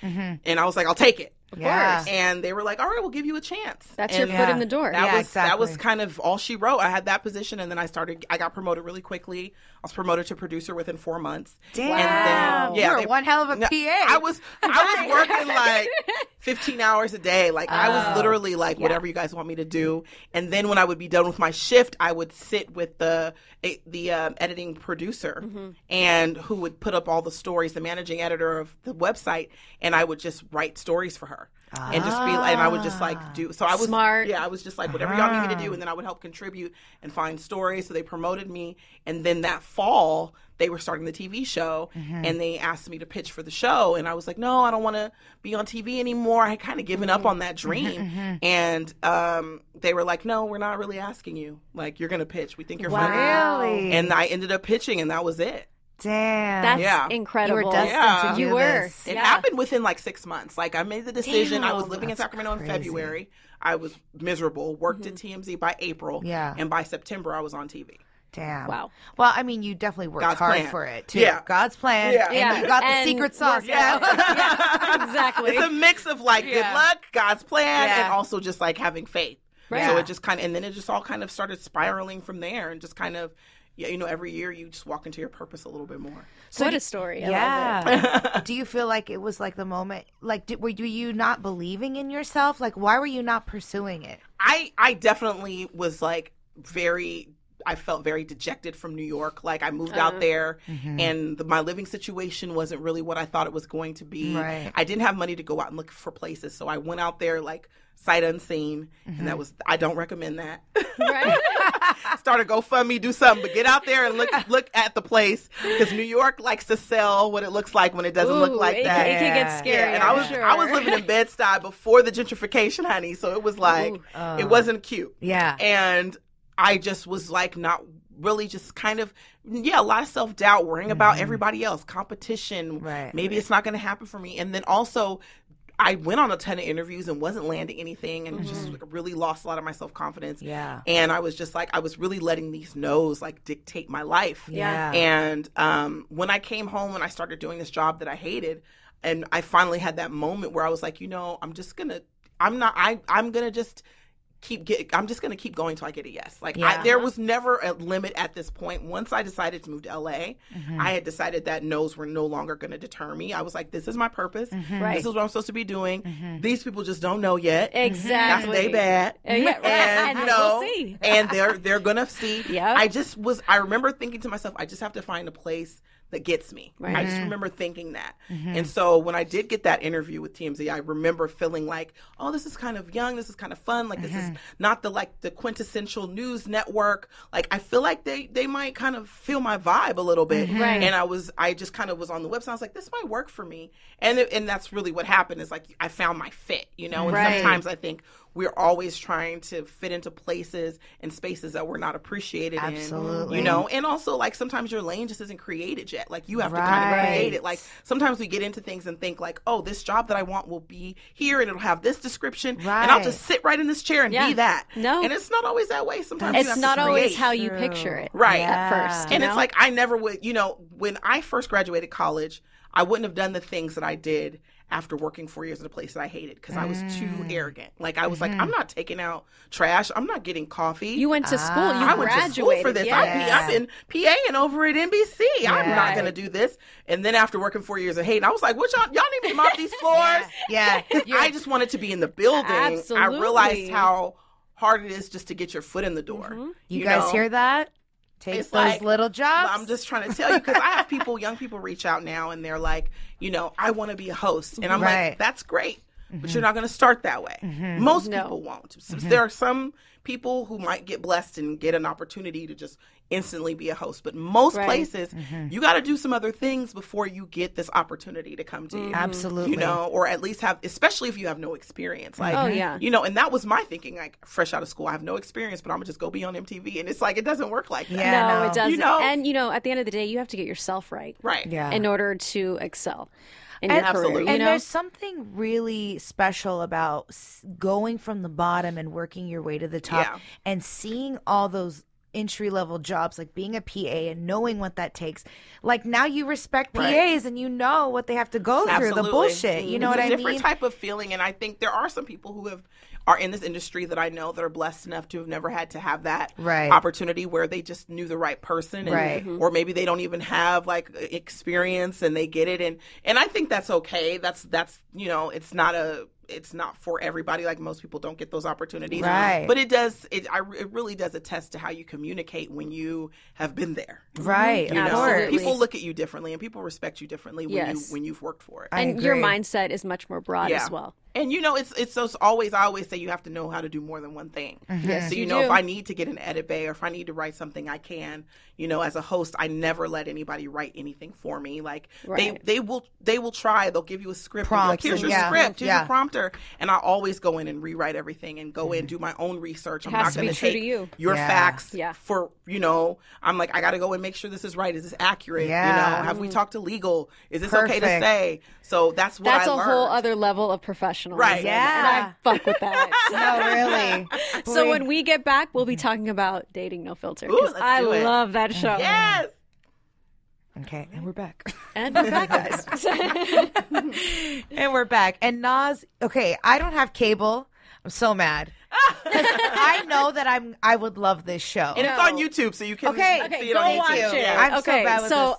Speaker 5: And I was like, I'll take it.
Speaker 4: Of
Speaker 2: Mm-hmm. Yeah.
Speaker 4: course.
Speaker 5: and they were like, "All right, we'll give you a chance."
Speaker 4: That's
Speaker 5: and
Speaker 4: your foot in the door.
Speaker 5: That
Speaker 2: Yeah,
Speaker 5: was that was
Speaker 2: exactly.
Speaker 5: kind of all she wrote. I had that position, and then I started. I got promoted really quickly. I was promoted to producer within four months.
Speaker 2: Damn.
Speaker 5: And then, yeah,
Speaker 2: You're
Speaker 5: they-
Speaker 2: one hell of a
Speaker 5: No,
Speaker 2: PA.
Speaker 5: I was
Speaker 2: <laughs>
Speaker 5: I was working like 15 hours a day. Like I
Speaker 2: Oh.
Speaker 5: was literally like whatever you guys want me to do. And then when I would be done with my shift, I would sit with the eh, the um, editing producer
Speaker 2: Mm-hmm.
Speaker 5: and who would put up all the stories, the managing editor of the website, and I would just write stories for her. And just be, and I would just like do. So I was
Speaker 4: Smart.
Speaker 5: Yeah, I was just like whatever y'all need me to do, and then I would help contribute and find stories. So they promoted me, and then that fall they were starting the TV show, and they asked me to pitch for the show, and I was like, no, I don't want to be on TV anymore. I had kind of given up on that dream, and um, they were like, no, we're not really asking you. Like you're gonna pitch. We think you're funny.
Speaker 2: really.
Speaker 5: And I ended up pitching, and that was it.
Speaker 2: damn.
Speaker 4: That's
Speaker 5: Yeah.
Speaker 4: incredible.
Speaker 2: You were destined
Speaker 5: Yeah.
Speaker 2: to do
Speaker 4: You were.
Speaker 2: this.
Speaker 5: It
Speaker 4: Yeah.
Speaker 5: happened within like six months. Like I made the decision. I was
Speaker 4: Damn.
Speaker 5: living in
Speaker 2: That's
Speaker 5: Sacramento
Speaker 2: crazy.
Speaker 5: in February. I was miserable. Worked at TMZ by April.
Speaker 2: Yeah.
Speaker 5: And by September, I was on TV.
Speaker 2: Damn.
Speaker 4: Wow.
Speaker 2: Well, I mean, you definitely worked
Speaker 5: God's
Speaker 2: hard
Speaker 5: plan.
Speaker 2: for it too.
Speaker 5: Yeah.
Speaker 2: God's plan.
Speaker 5: Yeah.
Speaker 2: And
Speaker 4: Yeah.
Speaker 2: you got
Speaker 4: And
Speaker 2: the secret sauce.
Speaker 5: Yeah.
Speaker 2: <laughs>
Speaker 5: <laughs>
Speaker 4: exactly.
Speaker 5: It's a mix of like good luck, God's plan,
Speaker 2: Yeah.
Speaker 5: and also just like having faith.
Speaker 4: Right.
Speaker 5: So
Speaker 2: Yeah.
Speaker 5: it just kind of, and then it just all kind of started spiraling from there, and just kind of, yeah, you know, every year you just walk into your purpose a little bit more.
Speaker 4: what a story. I love
Speaker 3: <laughs>
Speaker 4: it. <laughs>
Speaker 2: Yeah. do you feel like it was like the moment? Like, did, were you- you not believing in yourself? Like, why were you not pursuing it?
Speaker 5: I I definitely was like very I felt very dejected from New York. Like I moved out there
Speaker 4: Mm. Mm-hmm.
Speaker 5: and the, my living situation wasn't really what I thought it was going to be.
Speaker 2: Right.
Speaker 5: I didn't have money to go out and look for places, so I went out there like sight unseen and
Speaker 4: Mm-hmm.
Speaker 5: that was I don't recommend that. <laughs>
Speaker 4: Right?
Speaker 5: Start a GoFundMe, do something, but get out there and
Speaker 4: <laughs>
Speaker 5: look look at the place cuz New York likes to sell what it looks like when it doesn't look
Speaker 4: Ooh,
Speaker 5: like
Speaker 4: it,
Speaker 5: that.
Speaker 4: It can
Speaker 2: Yeah.
Speaker 4: get scary.
Speaker 5: and I was
Speaker 4: sure.
Speaker 5: I was living in Bed Stuy before the gentrification, honey. So it was like
Speaker 4: Ooh.
Speaker 5: it wasn't cute
Speaker 2: Yeah.
Speaker 5: and I just was like not really just kind of yeah a lot of self doubt worrying about everybody else competition
Speaker 2: Mm-hmm. Right.
Speaker 5: maybe it's not going to happen for me and then also I went on a ton of interviews and wasn't landing anything and just like, really lost a lot of my self confidence
Speaker 2: Mm-hmm. Yeah.
Speaker 5: and I was just like I was really letting these no's like dictate my life
Speaker 4: Yeah.
Speaker 5: and um, when I came home, when I started doing this job that I hated, and I finally had that moment where I was like, you know, I'm just gonna, I'm not, I, I'm gonna just keep get, I'm just gonna keep going till I get a yes. Like
Speaker 2: Yeah.
Speaker 5: I, there was never a limit at this point. Once I decided to move to LA,
Speaker 4: Mm-hmm.
Speaker 5: I had decided that no's were no longer gonna deter me. I was like, this is my purpose.
Speaker 2: Mm-hmm.
Speaker 3: <laughs>
Speaker 4: Right. Mm-hmm.
Speaker 5: This is what I'm supposed to be doing. These people just don't know yet. That's
Speaker 4: Exactly.
Speaker 5: they bad
Speaker 4: Uh, yeah, right.
Speaker 5: and,
Speaker 4: And
Speaker 5: no,
Speaker 4: we'll see.
Speaker 5: and they're they're
Speaker 4: <laughs>
Speaker 5: gonna see.
Speaker 4: Yep.
Speaker 5: I just was. I remember thinking to myself, I just have to find a place that gets me.
Speaker 4: Right.
Speaker 5: I just remember thinking that.
Speaker 2: Mm-hmm.
Speaker 5: And so when I did get that interview with TMZ, I remember feeling like, oh, this is kind of young. This is kind of fun. Like this is not the like the quintessential news network. Like I feel like they they might kind of feel my vibe a little bit.
Speaker 4: Right.
Speaker 5: And I was I just kind of was on the website. I was like, this might work for me. And it, and that's really what happened. Is like I found my fit. You know. And
Speaker 4: Right.
Speaker 5: sometimes I think we're always trying to fit into places and spaces that we're not appreciated
Speaker 2: Absolutely.
Speaker 5: in. You know, and also like sometimes your lane just isn't created yet. Like you have to kind of
Speaker 2: Right.
Speaker 5: create it. Like sometimes we get into things and think like, oh, this job that I want will be here and it'll have this description. And I'll
Speaker 2: Right.
Speaker 5: just sit right in this chair and
Speaker 4: Yeah.
Speaker 5: be that.
Speaker 4: No.
Speaker 5: And it's not always that way. Sometimes you
Speaker 4: It's
Speaker 5: have
Speaker 4: not
Speaker 5: to
Speaker 4: always
Speaker 5: create.
Speaker 4: how you picture it.
Speaker 5: Right.
Speaker 4: At first. you
Speaker 5: And
Speaker 4: know?
Speaker 5: it's like I never would, you know, when I first graduated college, I wouldn't have done the things that I did after working four years in a place that I hated because I was too
Speaker 4: Mm.
Speaker 5: arrogant. Like I was like, I'm not taking out trash. I'm not getting coffee.
Speaker 4: Mm-hmm. you went to school. You
Speaker 5: Ah. I went
Speaker 4: graduated.
Speaker 5: to school for this.
Speaker 4: Yes.
Speaker 2: Yeah.
Speaker 5: I've been PAing over at NBC. I'm
Speaker 2: Yeah.
Speaker 5: not going to do this. And then after working four years of hate, I was like, what y'all, y'all need me to mop these
Speaker 2: <laughs>
Speaker 5: floors?
Speaker 2: Yeah.
Speaker 5: <laughs> I just wanted to be in the building. I
Speaker 4: Absolutely.
Speaker 5: realized how hard it is just to get your foot in the door.
Speaker 2: Mm-hmm. You, guys
Speaker 5: know?
Speaker 2: hear that? Take
Speaker 5: It's
Speaker 2: those
Speaker 5: like-
Speaker 2: little jobs.
Speaker 5: I'm just trying to tell you because I have people, young people, reach out now and they're like, you know, I want to be a host, and I'm
Speaker 2: Right. Mm-hmm.
Speaker 5: like, that's great, but you're not going to start that way. Most people won't. S- There are some people who might get blessed and get an opportunity to just instantly be a host, but most
Speaker 4: Right.
Speaker 5: places,
Speaker 2: Mm-hmm.
Speaker 5: you got to do some other things before you get this opportunity to come to mm, you.
Speaker 2: Mm. Absolutely. Uh-huh.
Speaker 5: You know, or at least have, especially if you have no experience. Like,
Speaker 4: Oh, yeah.
Speaker 5: you know, and that was my thinking. Like, fresh out of school, I have no experience, but I'm gonna just go be on MTV, and it's like it doesn't work like that.
Speaker 2: Yeah.
Speaker 4: no,
Speaker 2: no.
Speaker 4: it doesn't.
Speaker 5: You know-
Speaker 4: and you know, at the end of the day, you have to get yourself right,
Speaker 5: Right.
Speaker 2: Yeah.
Speaker 4: in order to excel in
Speaker 2: And-
Speaker 4: your career.
Speaker 5: Absolutely.
Speaker 4: You
Speaker 2: and
Speaker 4: know,
Speaker 2: there's something really special about s- going from the bottom and working your way to the top
Speaker 5: Yeah.
Speaker 2: and seeing all those entry level jobs like being a PA and knowing what that takes. Like now you respect PAs
Speaker 5: Right.
Speaker 2: and you know what they have to go through Oh, the
Speaker 5: Absolutely. Mm-hmm.
Speaker 2: bullshit. You know
Speaker 5: it's
Speaker 2: what
Speaker 5: a
Speaker 2: I
Speaker 5: different
Speaker 2: mean?
Speaker 5: type of feeling, and I think there are some people who have are in this industry that I know that are blessed enough to have never had to have that
Speaker 2: Right.
Speaker 5: opportunity where they just knew the right person, and,
Speaker 2: Right.
Speaker 5: Or maybe they don't even have like e-, experience and they get it, and and I think that's okay. That's that's you know it's not a it's not for everybody. Like most people don't get those opportunities,
Speaker 2: Right.
Speaker 5: But it does. It I, it really does attest to how you communicate when you have been there.
Speaker 2: Right,
Speaker 5: You
Speaker 2: of
Speaker 5: know,
Speaker 2: course.
Speaker 3: Absolutely.
Speaker 5: people look at you differently, and people respect you differently when
Speaker 3: Yes.
Speaker 5: you when you've worked for it.
Speaker 2: I
Speaker 3: and your
Speaker 2: agree.
Speaker 3: mindset is much more broad as well.
Speaker 5: And you know, it's it's those always. I always say you have to know how to do more than one thing.
Speaker 2: Mm-hmm.
Speaker 3: Yes,
Speaker 5: So you,
Speaker 3: you
Speaker 5: know,
Speaker 3: do.
Speaker 5: if I need to get an edit bay or if I need to write something, I can. You know, as a host, I never let anybody write anything for me. Like
Speaker 3: Right.
Speaker 5: they they will they will try. They'll give you a script. and be
Speaker 2: Prompts
Speaker 5: Like,
Speaker 2: and-
Speaker 5: here's your
Speaker 2: yeah,
Speaker 5: script. Here's
Speaker 2: yeah.
Speaker 5: your prompter. And I always go in and rewrite everything and go in do my own research. I'm
Speaker 3: Mm-hmm. has to
Speaker 5: not
Speaker 3: be
Speaker 5: going
Speaker 3: true to
Speaker 5: take
Speaker 3: you.
Speaker 5: your
Speaker 2: Yeah.
Speaker 5: facts.
Speaker 3: Yeah.
Speaker 5: For you know, I'm like I got to go and make sure this is right. Is this accurate?
Speaker 2: Yeah.
Speaker 5: You know, have
Speaker 3: Mm-hmm.
Speaker 5: we talked to legal? Is this okay to
Speaker 2: Perfect.
Speaker 5: say? So that's what
Speaker 3: That's
Speaker 5: a
Speaker 3: a whole other level of professionalism.
Speaker 5: Right.
Speaker 2: Yeah.
Speaker 3: And I fuck with
Speaker 5: <laughs>
Speaker 3: that.
Speaker 2: No, really.
Speaker 3: so when we get back, we'll be talking about dating no filter
Speaker 5: Mm-hmm. Ooh,
Speaker 3: because
Speaker 5: let's
Speaker 3: I
Speaker 5: do it.
Speaker 3: love that show.
Speaker 5: Yes.
Speaker 2: Okay, and we're back.
Speaker 3: And we're back, <laughs> guys.
Speaker 2: and we're back. And Nas, okay, I don't have cable. I'm so <laughs> mad. 'Cause I know that I'm I would love this show.
Speaker 5: And it's on YouTube, so you can
Speaker 2: Okay.
Speaker 5: see
Speaker 3: Oh. okay,
Speaker 5: it
Speaker 3: go
Speaker 5: on
Speaker 3: watch
Speaker 5: YouTube.
Speaker 3: it.
Speaker 5: Yeah.
Speaker 2: I'm so
Speaker 3: okay,
Speaker 2: bad with
Speaker 3: so
Speaker 2: this.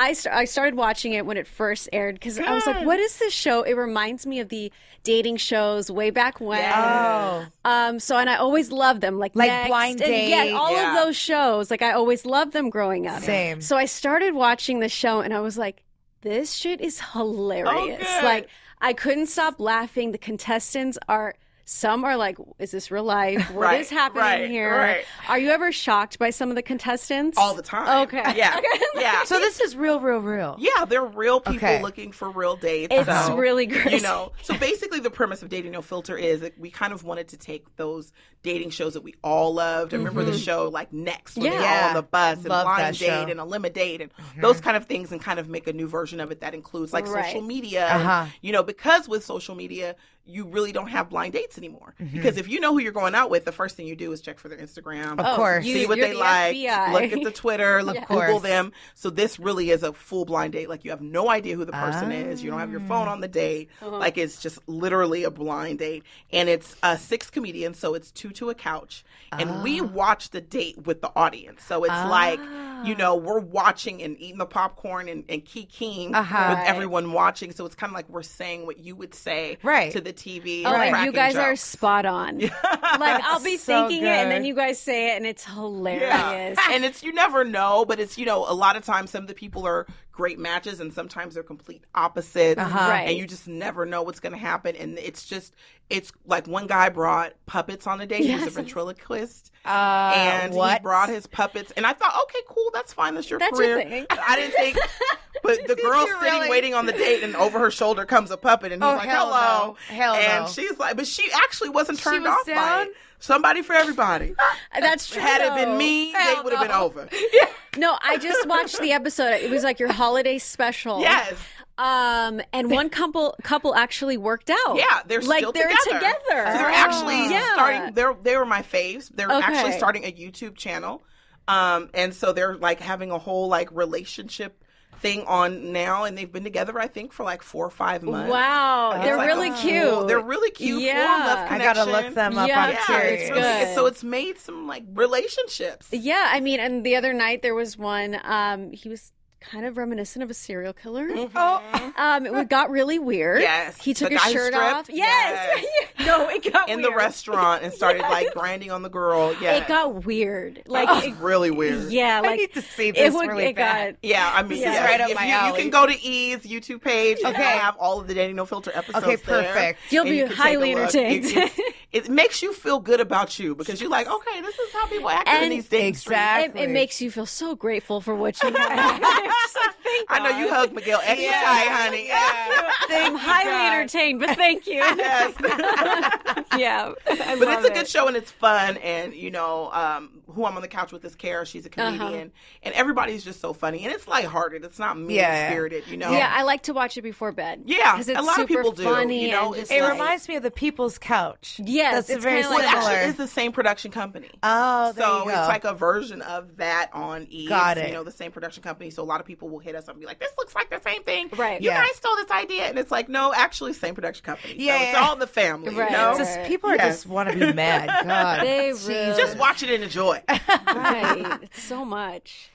Speaker 3: I st- I started watching it when it first aired because I was like, "What is this show?" It reminds me of the dating shows way back when.
Speaker 2: oh.
Speaker 3: Um, so and I always loved them, like
Speaker 2: Like
Speaker 3: Next
Speaker 2: Blind
Speaker 3: and-
Speaker 2: Date.
Speaker 3: yeah, all
Speaker 5: Yeah.
Speaker 3: of those shows. Like I always loved them growing up.
Speaker 2: Same.
Speaker 3: So I started watching the show, and I was like, "This shit is hilarious!"
Speaker 5: good.
Speaker 3: like I couldn't stop laughing. The contestants are. Some are like, is this real life? What is
Speaker 5: Right,
Speaker 3: happening
Speaker 5: right,
Speaker 3: here?
Speaker 5: right.
Speaker 3: Are you ever shocked by some of the contestants?
Speaker 5: all the
Speaker 3: <laughs>
Speaker 5: time.
Speaker 3: Okay.
Speaker 5: Yeah. Yeah.
Speaker 2: So this is real, real, real.
Speaker 5: yeah, they're real people
Speaker 2: Okay.
Speaker 5: looking for real dates.
Speaker 3: It's
Speaker 5: so,
Speaker 3: really great.
Speaker 5: You know, so basically the premise of Dating No Filter is that we kind of wanted to take those dating shows that we all loved. And Remember the show like Next, when they were
Speaker 2: Mm-hmm. Yeah.
Speaker 5: all on the bus and
Speaker 2: Love that
Speaker 5: Blind
Speaker 2: show. Mm-hmm.
Speaker 5: Date and Eliminate Date and those kind of things and kind of make a new version of it that includes like
Speaker 3: Right.
Speaker 5: social media.
Speaker 2: Uh-huh.
Speaker 5: You know, because with social media, you really don't have blind dates anymore.
Speaker 2: Mm-hmm.
Speaker 5: Because if you know who you're going out with, the first thing you do is check for their Instagram.
Speaker 2: Of course.
Speaker 3: you-
Speaker 5: see what
Speaker 3: you're
Speaker 5: they
Speaker 3: the
Speaker 5: like.
Speaker 3: FBI.
Speaker 5: Look at the
Speaker 2: <laughs>
Speaker 5: Twitter. Look, Google
Speaker 2: course.
Speaker 5: them. So this really is a full blind date. Like you have no idea who the person is. You don't have your phone on the date.
Speaker 3: Uh-huh.
Speaker 5: Like it's just literally a blind date. And it's uh, six comedians, so it's two to a couch. And
Speaker 3: Ah.
Speaker 5: we watch the date with the audience. So it's like you
Speaker 3: Ah.
Speaker 5: know we're watching and eating the popcorn and, and kikiing
Speaker 2: Uh-huh.
Speaker 5: with everyone watching. So it's kind of like we're saying what you would say
Speaker 2: Right.
Speaker 5: to the TV.
Speaker 3: Oh,
Speaker 5: and
Speaker 3: and you
Speaker 5: cracking
Speaker 3: guys are
Speaker 5: jokes.
Speaker 3: spot
Speaker 5: <laughs>
Speaker 3: on. like I'll be
Speaker 2: so
Speaker 3: thinking it, and then
Speaker 2: good.
Speaker 3: you guys say it, and it's hilarious.
Speaker 5: and it's you never know, but it's you know a lot of times some of the people are great matches and sometimes they're complete opposites,
Speaker 2: Uh-huh.
Speaker 3: Right.
Speaker 5: and you just never know what's going to happen. And it's just it's like one guy brought puppets on a date. He was a ventriloquist,
Speaker 2: Uh,
Speaker 5: and he
Speaker 2: what?
Speaker 5: brought his puppets. And I thought, okay, cool, that's fine. That's your
Speaker 3: That's your
Speaker 5: career.
Speaker 3: thing.
Speaker 5: I didn't think.
Speaker 2: <laughs>
Speaker 5: But the girl's sitting
Speaker 2: really?
Speaker 5: waiting on the date, and over her shoulder comes a puppet, and he's
Speaker 2: Oh,
Speaker 5: like,
Speaker 2: hell
Speaker 5: "Hello,
Speaker 2: no. Hell
Speaker 5: and
Speaker 2: no.
Speaker 5: she's like, "But she actually wasn't turned
Speaker 2: was
Speaker 5: off by
Speaker 2: down?
Speaker 5: it. Somebody
Speaker 2: <laughs>
Speaker 5: for everybody."
Speaker 3: That's true.
Speaker 5: <laughs> Had it
Speaker 3: though.
Speaker 5: been me, they would have
Speaker 3: <laughs>
Speaker 5: been over.
Speaker 3: no, I just watched the episode. It was like your holiday special.
Speaker 5: Yes.
Speaker 3: Um, and one couple couple actually worked out.
Speaker 5: Yeah, they're
Speaker 3: like
Speaker 5: still
Speaker 3: they're
Speaker 5: together.
Speaker 3: together.
Speaker 5: So they're actually
Speaker 3: Oh, Yeah.
Speaker 5: starting. They're they were my faves. They're actually
Speaker 3: Okay.
Speaker 5: starting a YouTube channel, um, and so they're like having a whole like relationship thing on now, and they've been together I think for like four or five months.
Speaker 3: Wow,
Speaker 5: It's
Speaker 3: they're
Speaker 5: like a
Speaker 3: really
Speaker 5: full-
Speaker 3: cute.
Speaker 5: They're really cute. full
Speaker 3: Yeah.
Speaker 5: love
Speaker 2: I gotta look
Speaker 5: connection.
Speaker 2: them up.
Speaker 3: Yeah,
Speaker 2: I'm
Speaker 3: it's
Speaker 5: Yeah,
Speaker 2: curious.
Speaker 5: it's
Speaker 3: good.
Speaker 5: really, so it's made some like relationships.
Speaker 3: yeah. I mean, and the other night there was one. Um, he was kind of reminiscent of a serial killer.
Speaker 2: <laughs> Oh,
Speaker 3: Um, it got really weird.
Speaker 5: Mm-hmm. Yes.
Speaker 3: He took
Speaker 5: The
Speaker 3: his
Speaker 5: guy
Speaker 3: shirt
Speaker 5: stripped?
Speaker 3: off. Yes. <laughs> no, it got
Speaker 5: In
Speaker 3: weird.
Speaker 5: the restaurant and
Speaker 3: <laughs>
Speaker 5: started like grinding on the girl. Yeah,
Speaker 3: It got weird. Like,
Speaker 5: That's
Speaker 3: it-
Speaker 5: really weird.
Speaker 3: yeah, like
Speaker 2: need to see this really
Speaker 3: it
Speaker 2: bad.
Speaker 3: got.
Speaker 5: Yeah, I mean,
Speaker 3: This is
Speaker 5: yeah,
Speaker 2: right up
Speaker 5: if
Speaker 2: my
Speaker 5: you,
Speaker 2: alley.
Speaker 5: You can go to E's YouTube page. Okay,
Speaker 2: Okay.
Speaker 5: have all of the Dating No Filter episodes.
Speaker 2: Okay,
Speaker 5: there,
Speaker 2: perfect.
Speaker 3: You'll
Speaker 5: and
Speaker 3: be
Speaker 5: you can take
Speaker 3: highly
Speaker 5: a look.
Speaker 3: entertained.
Speaker 5: It, it's- it makes you feel good about you because you're like, okay, this is how people act in
Speaker 3: And-
Speaker 5: these things.
Speaker 3: It, it makes you feel so grateful for what you have. <laughs> so thank
Speaker 5: I know you
Speaker 3: God.
Speaker 5: hug Miguel extra
Speaker 2: Yeah.
Speaker 5: tight,
Speaker 2: <laughs>
Speaker 5: honey. Yeah.
Speaker 3: I'm highly entertained, but thank you.
Speaker 5: <laughs>
Speaker 4: <laughs>
Speaker 5: Yes.
Speaker 3: yeah, I
Speaker 5: <laughs> but
Speaker 3: love
Speaker 5: it's a
Speaker 3: it.
Speaker 5: good show and it's fun and you know um, who I'm on the couch with is Kara. She's a
Speaker 3: Uh-huh.
Speaker 5: comedian and everybody's just so funny and it's lighthearted. It's not mean
Speaker 2: yeah.
Speaker 5: spirited. You know.
Speaker 3: Yeah, I like to watch it before bed.
Speaker 5: Yeah,
Speaker 3: because it's
Speaker 5: a lot of
Speaker 3: super
Speaker 5: people do,
Speaker 3: funny
Speaker 5: you know,
Speaker 3: and just
Speaker 5: it's
Speaker 2: it
Speaker 3: like-
Speaker 5: like-
Speaker 2: reminds me of the People's Couch.
Speaker 4: Yes,
Speaker 2: That's
Speaker 4: it's
Speaker 2: very
Speaker 4: kinda
Speaker 5: Well,
Speaker 4: like
Speaker 5: it
Speaker 2: similar.
Speaker 5: actually is the same production company.
Speaker 2: oh, there
Speaker 5: so
Speaker 2: you go.
Speaker 5: it's like a version of that on E.
Speaker 2: Got
Speaker 5: It's,
Speaker 2: it.
Speaker 5: You know, the same production company. So a lot of people will hit us up and be like, "This looks like the same thing."
Speaker 4: Right.
Speaker 5: You
Speaker 2: Yeah.
Speaker 5: guys stole this idea, and it's like, no, actually, same production company.
Speaker 2: Yeah,
Speaker 5: So it's
Speaker 2: yeah.
Speaker 5: all the family.
Speaker 4: Right.
Speaker 5: You know?
Speaker 4: It's
Speaker 5: just,
Speaker 2: Just people are
Speaker 5: Yes.
Speaker 2: just want to be
Speaker 3: <laughs>
Speaker 2: mad. God,
Speaker 3: They
Speaker 2: Jesus.
Speaker 5: <laughs>
Speaker 3: really- Just
Speaker 5: watch it and
Speaker 2: <laughs>
Speaker 5: enjoy.
Speaker 4: right. It's so much.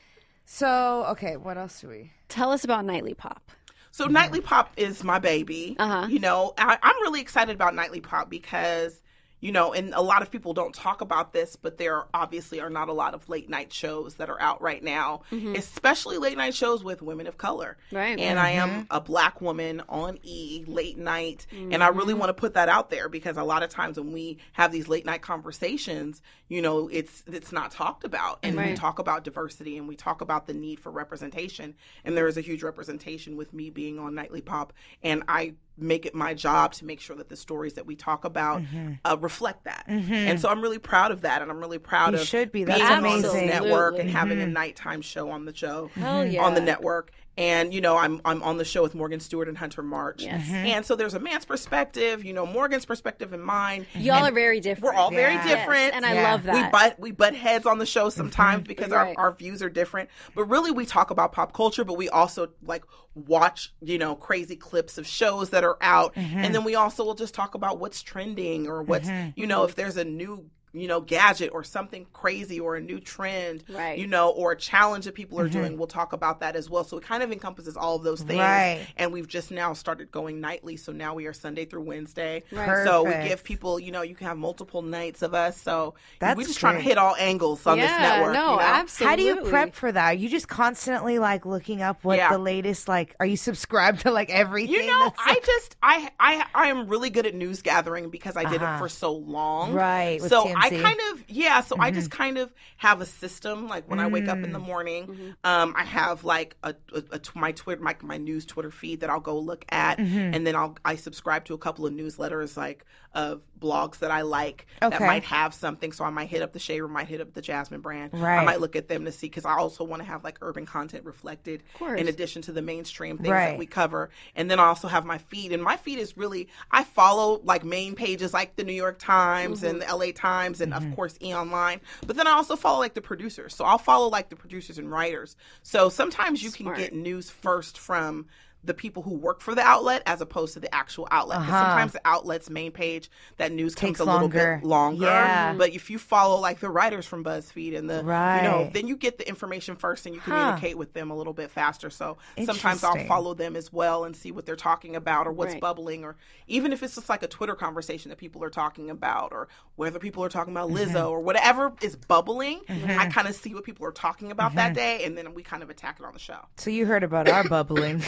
Speaker 2: So okay, what else do we?
Speaker 4: Tell us about Nightly Pop.
Speaker 5: So Nightly Pop is my baby.
Speaker 4: Uh-huh.
Speaker 5: You know, I, I'm really excited about Nightly Pop because, you know, and a lot of people don't talk about this, but there obviously are not a lot of late night shows that are out right now,
Speaker 2: Mm-hmm.
Speaker 5: especially late night shows with women of color.
Speaker 4: Right.
Speaker 5: And I
Speaker 2: Mm-hmm.
Speaker 5: am a black woman on E late night, and I
Speaker 4: Mm-hmm.
Speaker 5: really want to put that out there because a lot of times when we have these late night conversations, you know, it's it's not talked about, and we
Speaker 4: Right.
Speaker 5: talk about diversity and we talk about the need for representation, and there is a huge representation with me being on Nightly Pop, and I make it my job to make sure that the stories that we talk about
Speaker 2: Mm-hmm.
Speaker 5: uh, reflect that, and so I'm really proud of that, and I'm really proud
Speaker 2: You
Speaker 5: of
Speaker 2: should be.
Speaker 5: being
Speaker 2: That's
Speaker 5: on this
Speaker 2: amazing.
Speaker 5: network and
Speaker 4: Absolutely.
Speaker 5: having a nighttime show on the show
Speaker 4: Hell
Speaker 2: Mm-hmm.
Speaker 4: yeah.
Speaker 5: on the network. And you know, I'm I'm on the show with Morgan Stewart and Hunter March.
Speaker 4: Yes. Mhm.
Speaker 5: And so there's a man's perspective, you know, Morgan's perspective and mine.
Speaker 4: Y'all are very different.
Speaker 5: We're all very
Speaker 2: Yeah.
Speaker 5: different.
Speaker 4: Yes, and I
Speaker 2: Yeah.
Speaker 4: love
Speaker 5: We
Speaker 4: that. Mm-hmm.
Speaker 5: butt we butt heads on the show sometimes because
Speaker 4: Right.
Speaker 5: our, our views are different. But really we talk about pop culture, but we also like watch, you know, crazy clips of shows that are out.
Speaker 4: Mm-hmm.
Speaker 5: And then we also will just talk about what's trending or what's you know, if there's a new you know, gadget or something crazy or a new trend,
Speaker 4: Right. Mm-hmm.
Speaker 5: you know, or a challenge that people are doing. We'll talk about that as well. So it kind of encompasses all of those things.
Speaker 2: Right.
Speaker 5: And we've just now started going nightly. So now we are Sunday through Wednesday.
Speaker 2: Right.
Speaker 5: So we
Speaker 2: Perfect.
Speaker 5: give people, you know, you can have multiple nights of us. So
Speaker 2: That's
Speaker 5: we're just trying to
Speaker 2: great.
Speaker 5: hit all angles on this
Speaker 4: yeah,
Speaker 5: network.
Speaker 4: no,
Speaker 5: you know?
Speaker 4: absolutely.
Speaker 2: How do you prep for that? Are you just constantly like looking up what
Speaker 5: Yeah.
Speaker 2: the latest like? Are you subscribed to like everything?
Speaker 5: You know,
Speaker 2: that's-
Speaker 5: I just I I I am really good at news gathering because I did
Speaker 2: Uh-huh.
Speaker 5: it for so long.
Speaker 2: Right, with
Speaker 5: So I
Speaker 2: TMZ.
Speaker 5: kind of yeah, so I
Speaker 2: Mm-hmm.
Speaker 5: just kind of have a system like when I wake up in
Speaker 2: Mm.
Speaker 5: the morning,
Speaker 4: Mm-hmm.
Speaker 5: um I have like a, a, a tw- my Twitter my, my news Twitter feed that I'll go look at
Speaker 2: Mm-hmm.
Speaker 5: and then I'll I subscribe to a couple of newsletters like of blogs that I like that
Speaker 2: Okay.
Speaker 5: might have something so I might hit up the Shade Room, might hit up the Jasmine brand. I
Speaker 2: Right.
Speaker 5: might look at them to see cuz I also want to have like urban content reflected
Speaker 4: course.
Speaker 5: in addition to the mainstream things that
Speaker 2: Right.
Speaker 5: we cover and then i also have my feed and my feed is really i follow like main pages like the new york times and
Speaker 2: Mm-hmm.
Speaker 5: the la times and of course e online but then i also follow like the producers so i'll follow like the producers and writers so sometimes you
Speaker 4: Smart.
Speaker 5: can get news first from the people who work for the outlet as opposed to the actual outlet 'Cause sometimes the outlet's main page that news
Speaker 2: Uh-huh. Takes
Speaker 5: comes a little
Speaker 2: longer.
Speaker 5: bit longer
Speaker 2: Yeah.
Speaker 5: but if you follow like the writers from buzzfeed and the you know
Speaker 2: Right.
Speaker 5: then you get the information first and you communicate with them a little bit faster so sometimes I'll
Speaker 2: Interesting.
Speaker 5: follow them as well and see what they're talking about or what's
Speaker 4: Right.
Speaker 5: bubbling or even if it's just like a Twitter conversation that people are talking about or whether people are talking about Lizzo
Speaker 2: Mm-hmm.
Speaker 5: or whatever is bubbling, I kind of see what people are talking about
Speaker 2: Mm-hmm.
Speaker 5: that day and then we kind of attack it on the show.
Speaker 2: so you heard about our
Speaker 5: <laughs>
Speaker 2: bubbling.